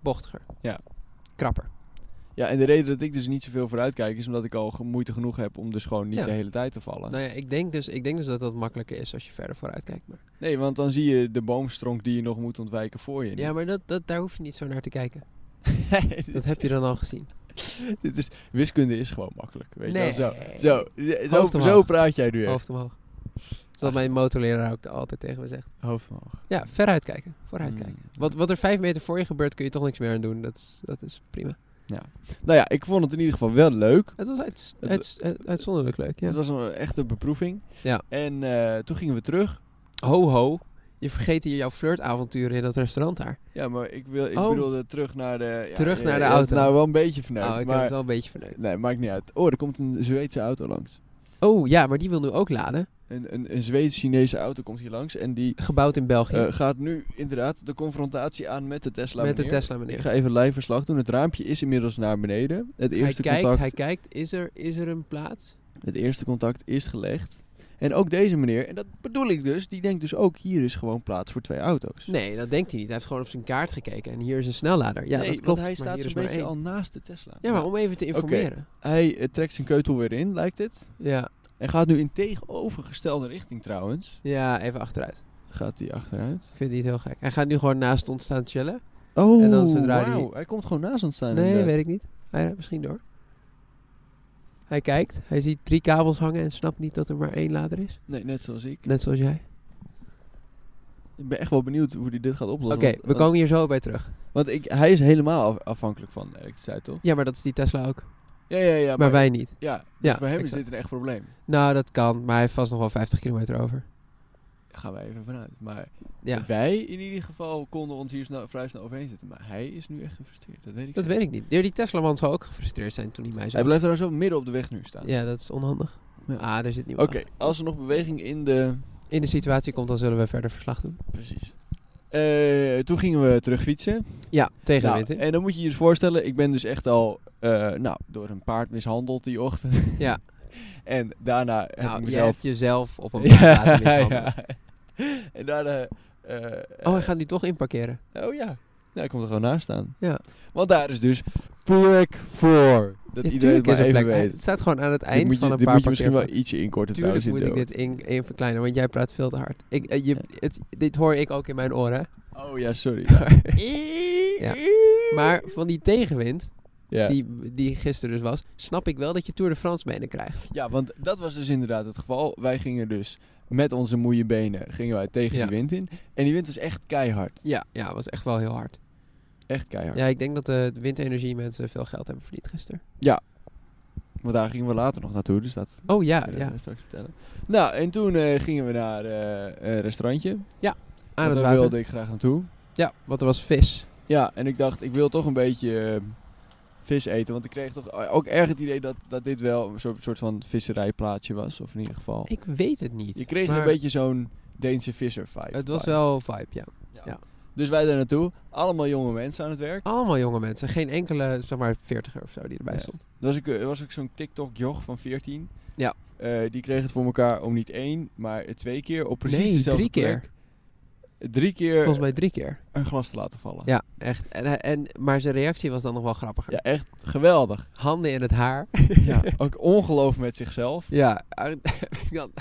Speaker 1: bochtiger.
Speaker 2: Ja.
Speaker 1: Krapper.
Speaker 2: Ja, en de reden dat ik dus niet zoveel vooruit kijk is omdat ik al ge- moeite genoeg heb om dus gewoon niet
Speaker 1: Ja.
Speaker 2: de hele tijd te vallen.
Speaker 1: Nou ja, ik denk, dus, ik denk dus dat dat makkelijker is als je verder vooruit kijkt. Maar.
Speaker 2: Nee, want dan zie je de boomstronk die je nog moet ontwijken voor je.
Speaker 1: Ja, maar dat, dat, daar hoef je niet zo naar te kijken.
Speaker 2: maar
Speaker 1: Dat heb je dan al gezien.
Speaker 2: Dit is, wiskunde is gewoon makkelijk. Weet
Speaker 1: Nee.
Speaker 2: je wel? Zo, zo,
Speaker 1: Hoofd
Speaker 2: zo,
Speaker 1: omhoog.
Speaker 2: zo praat jij nu. echt.
Speaker 1: Hoofd omhoog. Dat is wat mijn motorleraar ook altijd tegen me zegt.
Speaker 2: Hoofd omhoog. Mm.
Speaker 1: Ja, veruit kijken. Vooruit
Speaker 2: Hmm.
Speaker 1: kijken. Wat, wat er vijf meter voor je gebeurt, kun je toch niks meer aan doen. Dat is, dat is prima.
Speaker 2: Nou ja, ik vond het in ieder geval wel leuk.
Speaker 1: Het was uits-
Speaker 2: Het-
Speaker 1: uits- uit- uitzonderlijk leuk, ja.
Speaker 2: Het was een echte beproeving.
Speaker 1: Ja.
Speaker 2: En eh, toen gingen we terug.
Speaker 1: Ho, ho. Je vergeet hier jouw flirtavonturen in dat restaurant daar.
Speaker 2: Ja, maar ik, wil, ik
Speaker 1: Oh.
Speaker 2: bedoelde terug naar de... ja,
Speaker 1: Terug
Speaker 2: je-
Speaker 1: naar de
Speaker 2: je hebt
Speaker 1: auto.
Speaker 2: Nou, wel een beetje verneukt.
Speaker 1: oh, ik heb
Speaker 2: maar,
Speaker 1: het wel een beetje verneukt.
Speaker 2: Nee, maakt niet uit. Oh, er komt een Zweedse auto langs.
Speaker 1: Oh, ja, maar die wil nu ook laden.
Speaker 2: Een, een, een Zweeds-Chinese auto komt hier langs en die
Speaker 1: Gebouwd in België.
Speaker 2: eh, gaat nu inderdaad de confrontatie aan met de Tesla
Speaker 1: met de
Speaker 2: meneer.
Speaker 1: Tesla,
Speaker 2: Ik
Speaker 1: meneer.
Speaker 2: ga even live verslag doen. Het raampje is inmiddels naar beneden. Het
Speaker 1: Hij
Speaker 2: eerste,
Speaker 1: kijkt,
Speaker 2: contact,
Speaker 1: hij kijkt. Is er, is er een plaats?
Speaker 2: het eerste contact is gelegd. En ook deze meneer, en dat bedoel ik dus, die denkt dus ook hier is gewoon plaats voor twee auto's.
Speaker 1: Nee, dat denkt hij niet. Hij heeft gewoon op zijn kaart gekeken. En hier is een snellader. Ja,
Speaker 2: Nee,
Speaker 1: dat klopt.
Speaker 2: want hij
Speaker 1: maar
Speaker 2: staat
Speaker 1: hier
Speaker 2: zo'n
Speaker 1: is maar
Speaker 2: beetje
Speaker 1: één.
Speaker 2: al naast de Tesla.
Speaker 1: Ja, maar om even te informeren.
Speaker 2: Hij eh, trekt zijn keutel weer in, lijkt het.
Speaker 1: Ja.
Speaker 2: En gaat nu in tegenovergestelde richting trouwens.
Speaker 1: ja, even achteruit.
Speaker 2: Gaat hij achteruit.
Speaker 1: Ik vind het niet heel gek. Hij gaat nu gewoon naast ons staan chillen.
Speaker 2: Oh,
Speaker 1: En dan zodra die-
Speaker 2: wauw, hij komt gewoon naast ons staan.
Speaker 1: Nee,
Speaker 2: inderdaad.
Speaker 1: weet ik niet. Hij rijdt misschien door. Hij kijkt. Hij ziet drie kabels hangen en snapt niet dat er maar één lader is.
Speaker 2: nee, net zoals ik.
Speaker 1: Net zoals jij.
Speaker 2: Ik ben echt wel benieuwd hoe hij dit gaat
Speaker 1: Oké,
Speaker 2: oplossen. want-
Speaker 1: we komen hier zo bij terug.
Speaker 2: Want, want ik, hij is helemaal af- afhankelijk van elektriciteit, toch?
Speaker 1: Ja, maar dat is die Tesla ook.
Speaker 2: Ja, ja, ja.
Speaker 1: maar wij niet.
Speaker 2: Ja, dus
Speaker 1: Ja,
Speaker 2: voor hem
Speaker 1: exact.
Speaker 2: is dit een echt probleem.
Speaker 1: Nou, dat kan. Maar hij heeft vast nog wel 50 kilometer over.
Speaker 2: Daar gaan wij even vanuit. Maar
Speaker 1: Ja,
Speaker 2: wij in ieder geval konden ons hier snel, vrij snel overheen zetten. Maar hij is nu echt gefrustreerd. Dat weet ik
Speaker 1: dat
Speaker 2: zeker.
Speaker 1: weet ik niet. Ja, Die Tesla-man zou ook gefrustreerd zijn toen hij mij
Speaker 2: Hij
Speaker 1: zag.
Speaker 2: blijft trouwens ook midden op de weg nu staan.
Speaker 1: Ja, dat is onhandig.
Speaker 2: Ja.
Speaker 1: Ah, daar zit
Speaker 2: Oké,
Speaker 1: niemand achter.
Speaker 2: als er nog beweging in de...
Speaker 1: In de situatie komt, dan zullen we verder verslag doen.
Speaker 2: Precies. Eh, toen gingen we terug fietsen.
Speaker 1: Ja, tegen
Speaker 2: Nou,
Speaker 1: de wind in.
Speaker 2: en dan moet je je dus voorstellen, ik ben dus echt al eh, nou, door een paard mishandeld die ochtend.
Speaker 1: Ja.
Speaker 2: en daarna heb
Speaker 1: Nou,
Speaker 2: ik
Speaker 1: je
Speaker 2: mezelf...
Speaker 1: hebt jezelf op een
Speaker 2: Ja,
Speaker 1: laten mishandelen.
Speaker 2: ja. En daarna... eh,
Speaker 1: Oh, hij gaat nu toch inparkeren.
Speaker 2: Oh ja. Nou, hij komt er gewoon naast staan.
Speaker 1: Ja.
Speaker 2: Want daar is dus plek voor. Dat
Speaker 1: Ja,
Speaker 2: iedereen
Speaker 1: tuurlijk
Speaker 2: het maar
Speaker 1: is er
Speaker 2: even
Speaker 1: plek.
Speaker 2: weet.
Speaker 1: Het staat gewoon aan het
Speaker 2: Dit
Speaker 1: eind
Speaker 2: moet je,
Speaker 1: van een
Speaker 2: dit
Speaker 1: paar
Speaker 2: moet je misschien wel
Speaker 1: parkeerplaatsen.
Speaker 2: ietsje inkorten
Speaker 1: Tuurlijk
Speaker 2: trouwens.
Speaker 1: moet ik
Speaker 2: in
Speaker 1: dit in, in verkleinen, want jij praat veel te hard. Ik, eh, je, het, dit hoor ik ook in mijn oren.
Speaker 2: deel. Oh ja, sorry.
Speaker 1: Ja. Maar van die tegenwind,
Speaker 2: ja.
Speaker 1: die, die gisteren dus was, snap ik wel dat je Tour de France benen krijgt.
Speaker 2: ja, want dat was dus inderdaad het geval. Wij gingen dus met onze moeie benen gingen wij tegen
Speaker 1: Ja.
Speaker 2: die wind in. En die wind was echt keihard.
Speaker 1: Ja, ja, was echt wel heel hard.
Speaker 2: Echt keihard.
Speaker 1: Ja, ik denk dat de windenergie mensen veel geld hebben verdiend gisteren.
Speaker 2: Want daar gingen we later nog naartoe, dus dat
Speaker 1: Oh ja,
Speaker 2: kunnen
Speaker 1: ja.
Speaker 2: we straks vertellen. Nou, en toen eh, gingen we naar eh, een restaurantje.
Speaker 1: Aan
Speaker 2: Want
Speaker 1: het
Speaker 2: daar
Speaker 1: water.
Speaker 2: wilde ik graag naartoe.
Speaker 1: Ja, want er was vis.
Speaker 2: Ja, en ik dacht, ik wil toch een beetje eh, vis eten. Want ik kreeg toch ook erg het idee dat, dat dit wel een soort, soort van visserijplaatsje was. Of in ieder geval.
Speaker 1: Ik weet het niet.
Speaker 2: Je kreeg
Speaker 1: maar
Speaker 2: een beetje zo'n Deense visser vibe.
Speaker 1: Het was
Speaker 2: vibe.
Speaker 1: wel vibe, ja.
Speaker 2: Dus wij daar naartoe. Allemaal jonge mensen aan het werk.
Speaker 1: Allemaal jonge mensen. Geen enkele, zeg maar, veertiger of zo die erbij
Speaker 2: Ja.
Speaker 1: stond.
Speaker 2: Er was, ik, er was ook zo'n TikTok-joch van 14.
Speaker 1: Ja.
Speaker 2: Eh, die kreeg het voor elkaar om niet één, maar twee keer op precies
Speaker 1: Nee,
Speaker 2: dezelfde Eh,
Speaker 1: drie keer.
Speaker 2: plek Drie keer
Speaker 1: Volgens mij drie keer.
Speaker 2: een glas te laten vallen.
Speaker 1: Ja, echt. En, hij- en, maar zijn reactie was dan nog wel grappiger.
Speaker 2: oh. Ja, echt geweldig.
Speaker 1: Handen in het haar.
Speaker 2: ja. Ook ongeloof met zichzelf.
Speaker 1: Ja, heb ik dan-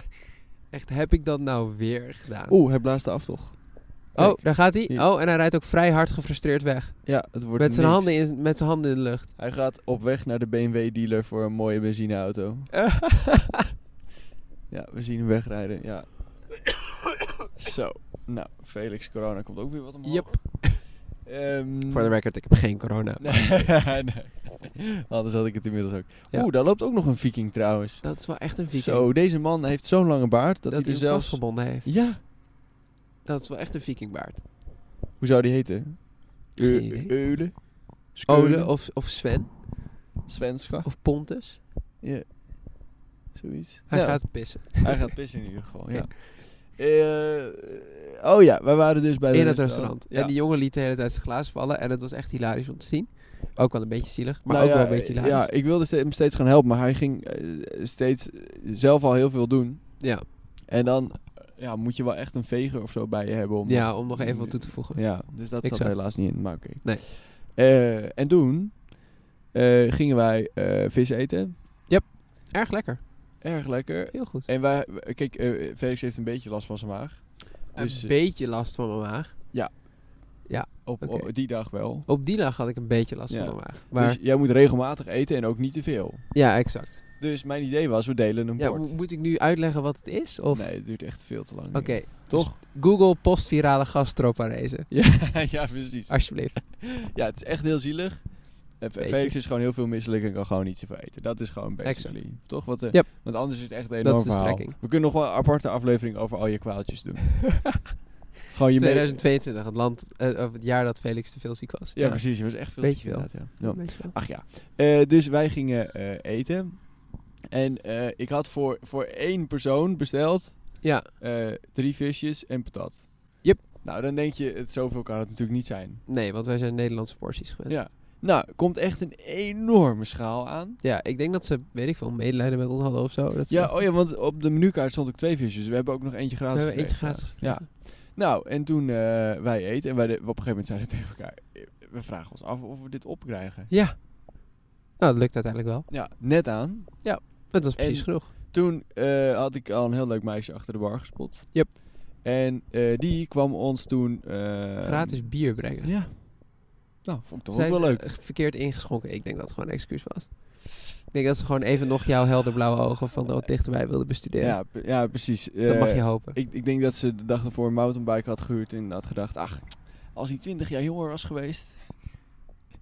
Speaker 1: echt, heb ik dat nou weer gedaan?
Speaker 2: Oeh, hij blaast af toch?
Speaker 1: oh, daar gaat hij.
Speaker 2: Hier.
Speaker 1: Oh, en hij rijdt ook vrij hard gefrustreerd weg.
Speaker 2: Ja, het wordt
Speaker 1: Met zijn,
Speaker 2: niks.
Speaker 1: handen in, met zijn handen in de lucht.
Speaker 2: Hij gaat op weg naar de BMW-dealer voor een mooie benzineauto. Ja, we zien hem wegrijden, ja. Zo, nou, Felix Corona komt ook weer wat omhoog.
Speaker 1: Yep.
Speaker 2: Ehm,
Speaker 1: Voor de record, ik heb geen corona.
Speaker 2: nee, nee. Anders had ik het inmiddels ook.
Speaker 1: Ja.
Speaker 2: Oeh, daar loopt ook nog een viking trouwens.
Speaker 1: Dat is wel echt een viking.
Speaker 2: Zo, deze man heeft zo'n lange baard dat,
Speaker 1: dat hij
Speaker 2: hij er
Speaker 1: hem
Speaker 2: zelfs...
Speaker 1: vastgebonden heeft.
Speaker 2: Ja, Eh,
Speaker 1: Dat is wel echt een vikingbaard.
Speaker 2: hoe zou die heten?
Speaker 1: Geen idee.
Speaker 2: Eulen? eh,
Speaker 1: Ole of, of Sven.
Speaker 2: Svenska?
Speaker 1: Of Pontus.
Speaker 2: Ja, zoiets.
Speaker 1: Hij
Speaker 2: Ja.
Speaker 1: gaat pissen.
Speaker 2: Hij gaat pissen in ieder geval, ja.
Speaker 1: Oké.
Speaker 2: Eh, oh ja, wij waren dus bij
Speaker 1: in
Speaker 2: de
Speaker 1: het restaurant.
Speaker 2: Ja.
Speaker 1: En die jongen liet de hele tijd zijn glaas vallen. En het was echt hilarisch om te zien. Ook wel een beetje zielig, maar
Speaker 2: Nou
Speaker 1: ook
Speaker 2: ja,
Speaker 1: wel een beetje hilarisch.
Speaker 2: Ja, ik wilde ste- hem steeds gaan helpen, maar hij ging eh, steeds eh, zelf al heel veel doen.
Speaker 1: Ja.
Speaker 2: En dan eh, ja, moet je wel echt een veger of zo bij je hebben om...
Speaker 1: Ja, om nog even wat toe te voegen.
Speaker 2: Ja, dus dat zat
Speaker 1: Exact.
Speaker 2: er helaas niet in, maar oké.
Speaker 1: Nee.
Speaker 2: Eh, en toen eh, gingen wij eh, vis eten.
Speaker 1: Erg lekker.
Speaker 2: Erg lekker.
Speaker 1: Heel goed.
Speaker 2: En wij, kijk, eh, Felix heeft een beetje last van zijn maag. Dus,
Speaker 1: een
Speaker 2: eh,
Speaker 1: beetje last van mijn maag.
Speaker 2: Op,
Speaker 1: Oké.
Speaker 2: op die dag wel.
Speaker 1: Op die dag had ik een beetje last van
Speaker 2: Ja.
Speaker 1: mijn maag. Maar
Speaker 2: Dus jij moet regelmatig eten en ook niet te veel.
Speaker 1: ja, exact.
Speaker 2: Dus mijn idee was, we delen een
Speaker 1: Ja,
Speaker 2: bord.
Speaker 1: mo- moet ik nu uitleggen wat het is? Of?
Speaker 2: Nee, Dus het duurt echt veel te lang.
Speaker 1: Oké.
Speaker 2: Toch?
Speaker 1: Google postvirale gastroparese.
Speaker 2: ja, precies.
Speaker 1: Alsjeblieft.
Speaker 2: Ja, het is echt heel zielig. En Fe-
Speaker 1: Beetje.
Speaker 2: Felix is gewoon heel veel misselijk en kan gewoon niet zoveel eten. Dat is gewoon basically. Toch? Want, eh,
Speaker 1: Yep.
Speaker 2: want anders is het echt een
Speaker 1: Dat
Speaker 2: enorm
Speaker 1: is de
Speaker 2: verhaal.
Speaker 1: strekking.
Speaker 2: We kunnen nog wel een aparte aflevering over al je kwaaltjes doen. gewoon je me-
Speaker 1: 2022, het, land, eh, of het jaar dat Felix te veel ziek was.
Speaker 2: Ja, precies. Je was echt veel
Speaker 1: Beetje
Speaker 2: ziek
Speaker 1: veel.
Speaker 2: inderdaad,
Speaker 1: Ja,
Speaker 2: ja. Ja.
Speaker 1: weet je wel.
Speaker 2: Ach ja. Eh, dus wij gingen eh, eten. En eh, ik had voor, voor één persoon besteld
Speaker 1: Ja,
Speaker 2: eh, drie visjes en patat.
Speaker 1: Yep.
Speaker 2: Nou, dan denk je, het, zoveel kan het natuurlijk niet zijn.
Speaker 1: nee, want wij zijn Nederlandse porties gewend. Ja.
Speaker 2: Ja. Nou, komt echt een enorme schaal aan.
Speaker 1: ik denk dat ze, weet ik veel, medelijden met ons hadden of zo. Dat ze
Speaker 2: Ja,
Speaker 1: dachten,
Speaker 2: oh ja, want op de menukaart stond ook twee visjes. We hebben ook nog eentje
Speaker 1: we
Speaker 2: gratis
Speaker 1: hebben eentje
Speaker 2: gekregen.
Speaker 1: gratis gekregen.
Speaker 2: Nou, en toen eh, wij eten en wij de- op een gegeven moment zeiden we tegen elkaar... eh, We vragen ons af of we dit opkrijgen.
Speaker 1: Ja. Nou, dat lukt uiteindelijk wel.
Speaker 2: Ja, net aan.
Speaker 1: Dat was precies
Speaker 2: En-
Speaker 1: genoeg.
Speaker 2: Toen eh, had ik al een heel leuk meisje achter de bar gespot.
Speaker 1: Yep.
Speaker 2: En eh, die kwam ons toen... eh,
Speaker 1: Gratis bier brengen.
Speaker 2: Ja. Nou, vond ik toch
Speaker 1: Zij
Speaker 2: ook wel
Speaker 1: is,
Speaker 2: leuk.
Speaker 1: eh, verkeerd ingeschonken. Ik denk dat het gewoon een excuus was. Ik denk dat ze gewoon even nog jouw helderblauwe ogen van wat dichterbij wilden bestuderen.
Speaker 2: Ja, p- ja, precies.
Speaker 1: eh, dat
Speaker 2: Eh,
Speaker 1: mag je hopen.
Speaker 2: ik, ik denk dat ze de dag ervoor een mountainbike had gehuurd en had gedacht... Ach, als hij 20 jaar jonger was geweest...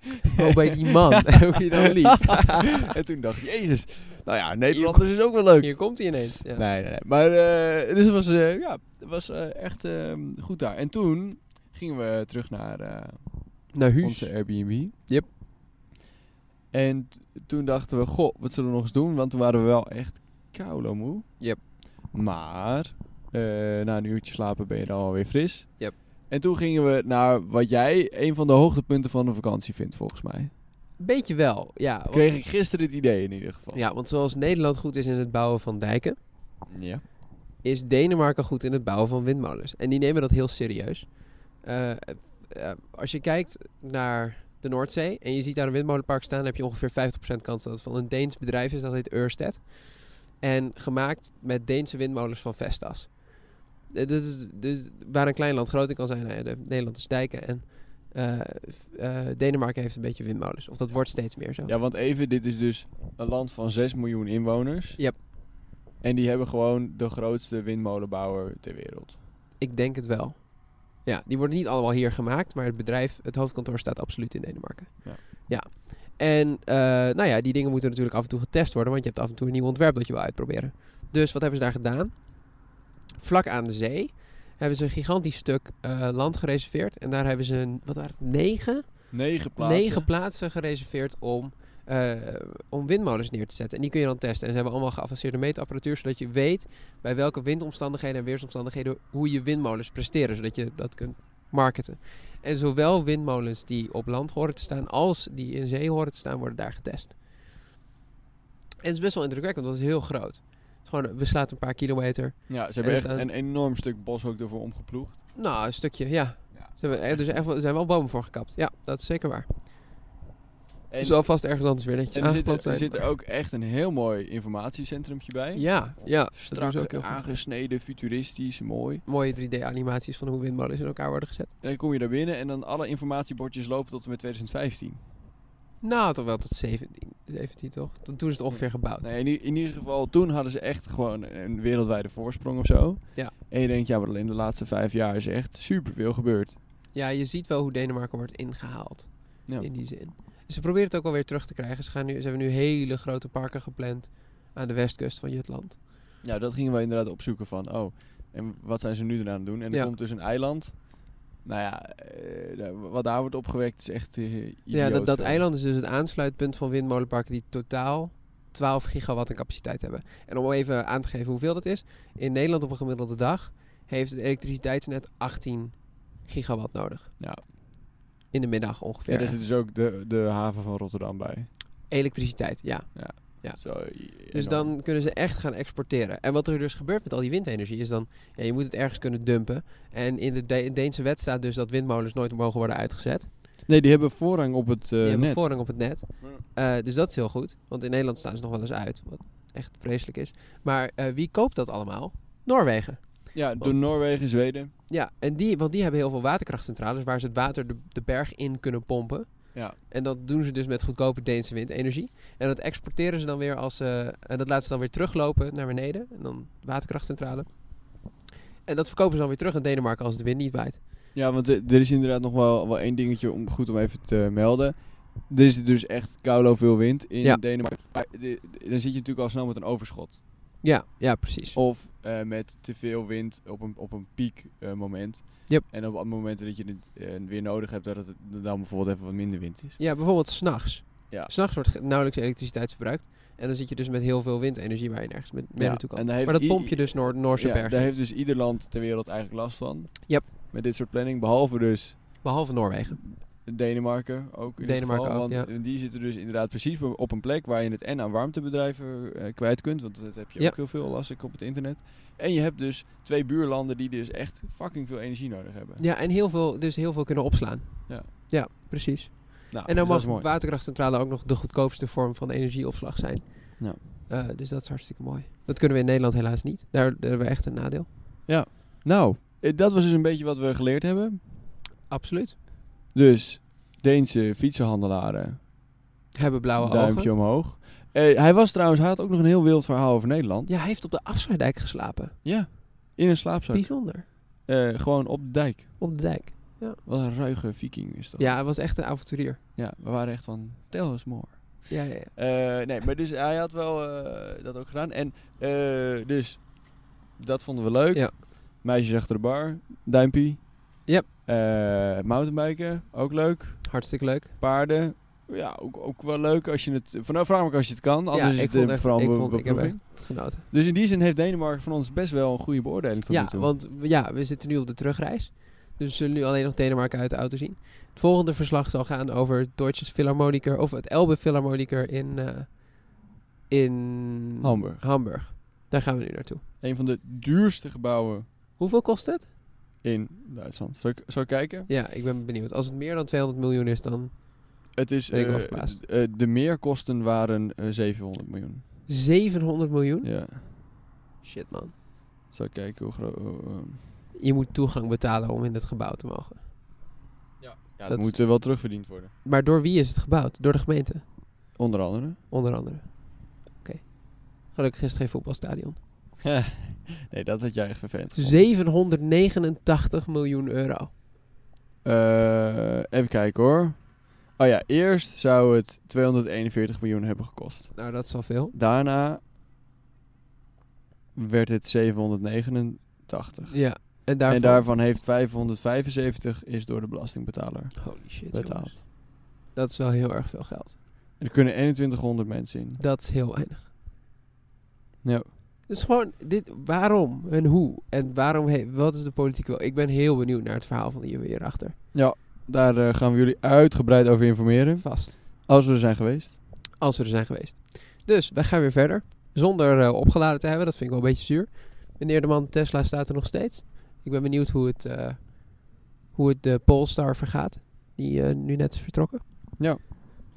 Speaker 1: Oh, bij die man. Hoe je dan liep.
Speaker 2: en toen dacht ik, jezus, nou ja, Nederlanders is ook wel leuk.
Speaker 1: Hier komt hij ineens. Ja.
Speaker 2: Nee, nee, nee. Maar eh, dus het was, eh, ja, het was eh, echt eh, goed daar. En toen gingen we terug naar eh,
Speaker 1: Naar
Speaker 2: onze
Speaker 1: Nou, Huus.
Speaker 2: Airbnb.
Speaker 1: Yep.
Speaker 2: En t- toen dachten we, goh, wat zullen we nog eens doen? Want toen waren we wel echt koulo moe.
Speaker 1: Yep.
Speaker 2: Maar eh, na een uurtje slapen ben je dan alweer fris.
Speaker 1: Yep.
Speaker 2: En toen gingen we naar wat jij een van de hoogtepunten van de vakantie vindt, volgens mij.
Speaker 1: Beetje wel, ja. want-
Speaker 2: Kreeg ik gisteren het idee in ieder geval.
Speaker 1: Ja, want zoals Nederland goed is in het bouwen van dijken,
Speaker 2: ja.
Speaker 1: is Denemarken goed in het bouwen van windmolens. En die nemen dat heel serieus. Eh, eh, eh, als je kijkt naar de Noordzee en je ziet daar een windmolenpark staan, dan heb je ongeveer 50% kans dat het van een Deens bedrijf is, dat heet Ørsted. En gemaakt met Deense windmolens van Vestas. Eh, Dit is, dus waar een klein land groot in kan zijn, eh, de Nederland is dijken. En eh, v- eh, Denemarken heeft een beetje windmolens. Of dat wordt steeds meer zo.
Speaker 2: Ja, want even, dit is dus een land van 6 miljoen inwoners.
Speaker 1: Yep.
Speaker 2: En die hebben gewoon de grootste windmolenbouwer ter wereld.
Speaker 1: Ik denk het wel. Ja, die worden niet allemaal hier gemaakt, maar het bedrijf, het hoofdkantoor staat absoluut in Denemarken.
Speaker 2: Ja.
Speaker 1: Ja. En eh, nou ja, die dingen moeten natuurlijk af en toe getest worden, want je hebt af en toe een nieuw ontwerp dat je wil uitproberen. Dus wat hebben ze daar gedaan? Vlak aan de zee hebben ze een gigantisch stuk eh, land gereserveerd. En daar hebben ze, een- wat waren het, negen
Speaker 2: 9 plaatsen.
Speaker 1: negen plaatsen gereserveerd om, eh, om windmolens neer te zetten. En die kun je dan testen. En ze hebben allemaal geavanceerde meetapparatuur, zodat je weet bij welke windomstandigheden en weersomstandigheden hoe je windmolens presteren, zodat je dat kunt marketen. En zowel windmolens die op land horen te staan, als die in zee horen te staan, worden daar getest. En het is best wel indrukwekkend, want het is heel groot. Het is gewoon, we slaan een paar kilometer.
Speaker 2: ja, ze
Speaker 1: En
Speaker 2: hebben echt
Speaker 1: staan-
Speaker 2: een enorm stuk bos ook ervoor omgeploegd.
Speaker 1: Nou, een stukje, ja.
Speaker 2: Ja.
Speaker 1: Ze hebben, er, dus echt, wel- er zijn wel bomen voor gekapt. Ja, dat is zeker waar.
Speaker 2: En,
Speaker 1: Zal vast ergens anders weer netjes
Speaker 2: en er zit,
Speaker 1: aangeplant
Speaker 2: er,
Speaker 1: zijn.
Speaker 2: er zit
Speaker 1: maar-
Speaker 2: ook echt een heel mooi informatiecentrumtje bij.
Speaker 1: Ja, ja. dat doen
Speaker 2: Strak
Speaker 1: ze ook heel goed.
Speaker 2: aangesneden, futuristisch, mooi.
Speaker 1: Mooie 3D-animaties van hoe windmolens in elkaar worden gezet.
Speaker 2: En dan kom je daar binnen en dan alle informatiebordjes lopen tot en met 2015.
Speaker 1: Nou, toch wel tot 17, 17 toch? Toen, toen is het ongeveer gebouwd.
Speaker 2: Nee, in, i- in ieder geval, toen hadden ze echt gewoon een wereldwijde voorsprong of zo.
Speaker 1: Ja.
Speaker 2: En je denkt, ja, maar in de laatste vijf jaar is echt superveel gebeurd.
Speaker 1: Ja, je ziet wel hoe Denemarken wordt ingehaald.
Speaker 2: Ja.
Speaker 1: In die zin. Dus Ze proberen het ook alweer terug te krijgen. Ze, gaan nu, ze hebben nu hele grote parken gepland aan de westkust van Jutland.
Speaker 2: Ja, dat gingen we inderdaad opzoeken van, oh, en wat zijn ze nu eraan aan het doen? En er
Speaker 1: Ja.
Speaker 2: komt dus een eiland. Nou ja, eh, daar- wat daar wordt opgewekt is echt
Speaker 1: ja,
Speaker 2: eh,
Speaker 1: dat,
Speaker 2: idioot
Speaker 1: dat
Speaker 2: veel.
Speaker 1: eiland is dus het aansluitpunt van windmolenparken die totaal 12 gigawatt aan capaciteit hebben. En om even aan te geven hoeveel dat is. In Nederland op een gemiddelde dag heeft het elektriciteitsnet 18 gigawatt nodig.
Speaker 2: Ja.
Speaker 1: In de middag ongeveer.
Speaker 2: Ja, daar zit dus ook de, de haven van Rotterdam bij.
Speaker 1: Elektriciteit, ja. Ja.
Speaker 2: Zo, eh,
Speaker 1: Dus
Speaker 2: enorm.
Speaker 1: dan kunnen ze echt gaan exporteren. En wat er dus gebeurt met al die windenergie is dan... Ja, je moet het ergens kunnen dumpen. En in de, De- Deense wet staat dus dat windmolens nooit mogen worden uitgezet.
Speaker 2: Nee, die hebben voorrang op het eh,
Speaker 1: Die hebben
Speaker 2: net.
Speaker 1: voorrang op het net. Eh, dus dat is heel goed. Want in Nederland staan ze nog wel eens uit. Wat echt vreselijk is. Maar eh, wie koopt dat allemaal? Noorwegen.
Speaker 2: Ja, door Noorwegen, Zweden.
Speaker 1: Ja, en die, want die hebben heel veel waterkrachtcentrales waar ze het water de, de berg in kunnen pompen.
Speaker 2: Ja.
Speaker 1: En dat doen ze dus met goedkope Deense windenergie. En dat exporteren ze dan weer als. eh, en dat laten ze dan weer teruglopen naar beneden. En dan waterkrachtcentrale. En dat verkopen ze dan weer terug aan Denemarken als de wind niet waait.
Speaker 2: Ja, want eh, er is inderdaad nog wel, wel één dingetje om, goed om even te melden. Er is dus echt koulo veel wind in
Speaker 1: Ja.
Speaker 2: Denemarken. Maar de- de- dan zit je natuurlijk al snel met een overschot.
Speaker 1: Ja, ja precies.
Speaker 2: Of eh, met te veel wind op een, op een piekmoment.
Speaker 1: Yep.
Speaker 2: En op momenten dat je het eh, weer nodig hebt, dat het dan bijvoorbeeld even wat minder wind is.
Speaker 1: Ja, bijvoorbeeld s'nachts.
Speaker 2: Ja.
Speaker 1: S'nachts wordt ge- nauwelijks elektriciteit verbruikt. En dan zit je dus met heel veel windenergie waar je nergens met, mee
Speaker 2: Ja,
Speaker 1: naartoe kan.
Speaker 2: en daar heeft
Speaker 1: maar dat
Speaker 2: i-
Speaker 1: pomp je dus Noor Noorse
Speaker 2: Ja,
Speaker 1: bergen.
Speaker 2: daar heeft dus ieder land ter wereld eigenlijk last van.
Speaker 1: Yep.
Speaker 2: Met dit soort planning, behalve dus
Speaker 1: Behalve Noorwegen.
Speaker 2: Denemarken ook. In dit
Speaker 1: Denemarken
Speaker 2: geval,
Speaker 1: ook,
Speaker 2: want die zitten dus inderdaad precies op op een plek waar je het en aan warmtebedrijven eh, kwijt kunt. Want dat heb je
Speaker 1: Ja.
Speaker 2: ook heel veel lastig op het internet. En je hebt dus twee buurlanden die dus echt fucking veel energie nodig hebben.
Speaker 1: Ja, en heel veel, dus heel veel kunnen opslaan.
Speaker 2: Ja.
Speaker 1: ja precies.
Speaker 2: Nou,
Speaker 1: En
Speaker 2: dus
Speaker 1: dan
Speaker 2: dat is
Speaker 1: mag
Speaker 2: mooi.
Speaker 1: waterkrachtcentrale ook nog de goedkoopste vorm van energieopslag zijn.
Speaker 2: Ja.
Speaker 1: Eh, dus dat is hartstikke mooi. Dat kunnen we in Nederland helaas niet. Daar, daar hebben we echt een nadeel.
Speaker 2: Nou, eh, dat was dus een beetje wat we geleerd hebben.
Speaker 1: Absoluut.
Speaker 2: Dus Deense fietsenhandelaren,
Speaker 1: Hebben blauwe
Speaker 2: duimpje
Speaker 1: ogen.
Speaker 2: omhoog. Eh, hij was trouwens, hij had ook nog een heel wild verhaal over Nederland.
Speaker 1: Ja, hij heeft op de afsluitdijk geslapen.
Speaker 2: Ja, in een slaapzak.
Speaker 1: Bijzonder.
Speaker 2: Eh, gewoon op de dijk.
Speaker 1: Op de dijk.
Speaker 2: Wat een ruige viking is dat.
Speaker 1: Ja, hij was echt een avonturier.
Speaker 2: Ja, we waren echt van, tell us more.
Speaker 1: Ja, ja, ja.
Speaker 2: Eh, nee, maar dus hij had wel eh, dat ook gedaan. En eh, dus, dat vonden we leuk.
Speaker 1: Ja.
Speaker 2: Meisjes achter de bar, duimpie.
Speaker 1: Yep.
Speaker 2: Eh, mountainbiken, ook leuk.
Speaker 1: Hartstikke leuk.
Speaker 2: Paarden, ja, ook, ook wel leuk als je het... Van, nou, vraag me ook als je het kan, anders
Speaker 1: ja,
Speaker 2: is
Speaker 1: ik
Speaker 2: het
Speaker 1: vond
Speaker 2: eh,
Speaker 1: echt,
Speaker 2: vooral
Speaker 1: ik,
Speaker 2: be-
Speaker 1: vond, ik heb
Speaker 2: beproeving.
Speaker 1: echt genoten.
Speaker 2: Dus in die zin heeft Denemarken van ons best wel een goede beoordeling tot nu
Speaker 1: Ja,
Speaker 2: toe.
Speaker 1: want we- ja, we zitten nu op de terugreis. Dus we zullen nu alleen nog Denemarken uit de auto zien. Het volgende verslag zal gaan over Deutsches Philharmoniker of het Elbe Philharmoniker in, eh, in
Speaker 2: Hamburg.
Speaker 1: Hamburg. Daar gaan we nu naartoe.
Speaker 2: Een van de duurste gebouwen
Speaker 1: Hoeveel kost het?
Speaker 2: in Duitsland. Zal ik, zal ik kijken?
Speaker 1: Ja, ik ben benieuwd. Als het meer dan 200 miljoen is, dan
Speaker 2: Het is,
Speaker 1: Ben ik wel
Speaker 2: eh,
Speaker 1: verbaasd.
Speaker 2: eh, de meerkosten waren eh, 700 miljoen.
Speaker 1: 700 miljoen.
Speaker 2: Ja,
Speaker 1: Shit man.
Speaker 2: zal ik kijken hoe groot... hoe, ehm.
Speaker 1: Je moet toegang betalen om in het gebouw te mogen.
Speaker 2: ja, dat
Speaker 1: dat-
Speaker 2: moet eh, wel terugverdiend worden.
Speaker 1: Maar door wie is het gebouwd? Door de gemeente,
Speaker 2: Onder andere.
Speaker 1: onder andere. Oké. Gelukkig is het geen voetbalstadion.
Speaker 2: nee, dat had jij echt vervelend gevonden.
Speaker 1: 789 miljoen euro.
Speaker 2: Eh, even kijken hoor. Oh ja, eerst zou het 241 miljoen hebben gekost.
Speaker 1: Nou, dat is al veel.
Speaker 2: Daarna werd het 789.
Speaker 1: Ja, en daarvan...
Speaker 2: En daarvan heeft 575 is door de belastingbetaler
Speaker 1: Holy shit, jongens.
Speaker 2: betaald.
Speaker 1: Dat is wel heel erg veel geld.
Speaker 2: Er kunnen 2100 mensen in.
Speaker 1: Dat is heel weinig.
Speaker 2: Ja.
Speaker 1: Dus gewoon, dit, waarom en hoe? En waarom, he- wat is de politiek wel? Ik ben heel benieuwd naar het verhaal van hier weer achter.
Speaker 2: Daar eh, gaan we jullie uitgebreid over informeren.
Speaker 1: Vast.
Speaker 2: Als we er zijn geweest.
Speaker 1: Als we er zijn geweest. Dus, wij gaan weer verder. Zonder eh, opgeladen te hebben, dat vind ik wel een beetje zuur. Meneer de man, Tesla staat er nog steeds. Ik ben benieuwd hoe het, eh, hoe het de Polestar vergaat. Die eh, nu net is vertrokken.
Speaker 2: Ja.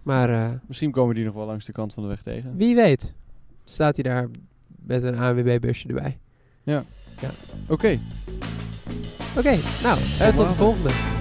Speaker 1: Maar eh,
Speaker 2: Misschien komen die nog wel langs de kant van de weg tegen.
Speaker 1: Wie weet. Staat hij daar met een ANWB-busje erbij.
Speaker 2: Oké.
Speaker 1: Oké, nou, eh, tot de
Speaker 2: later.
Speaker 1: volgende.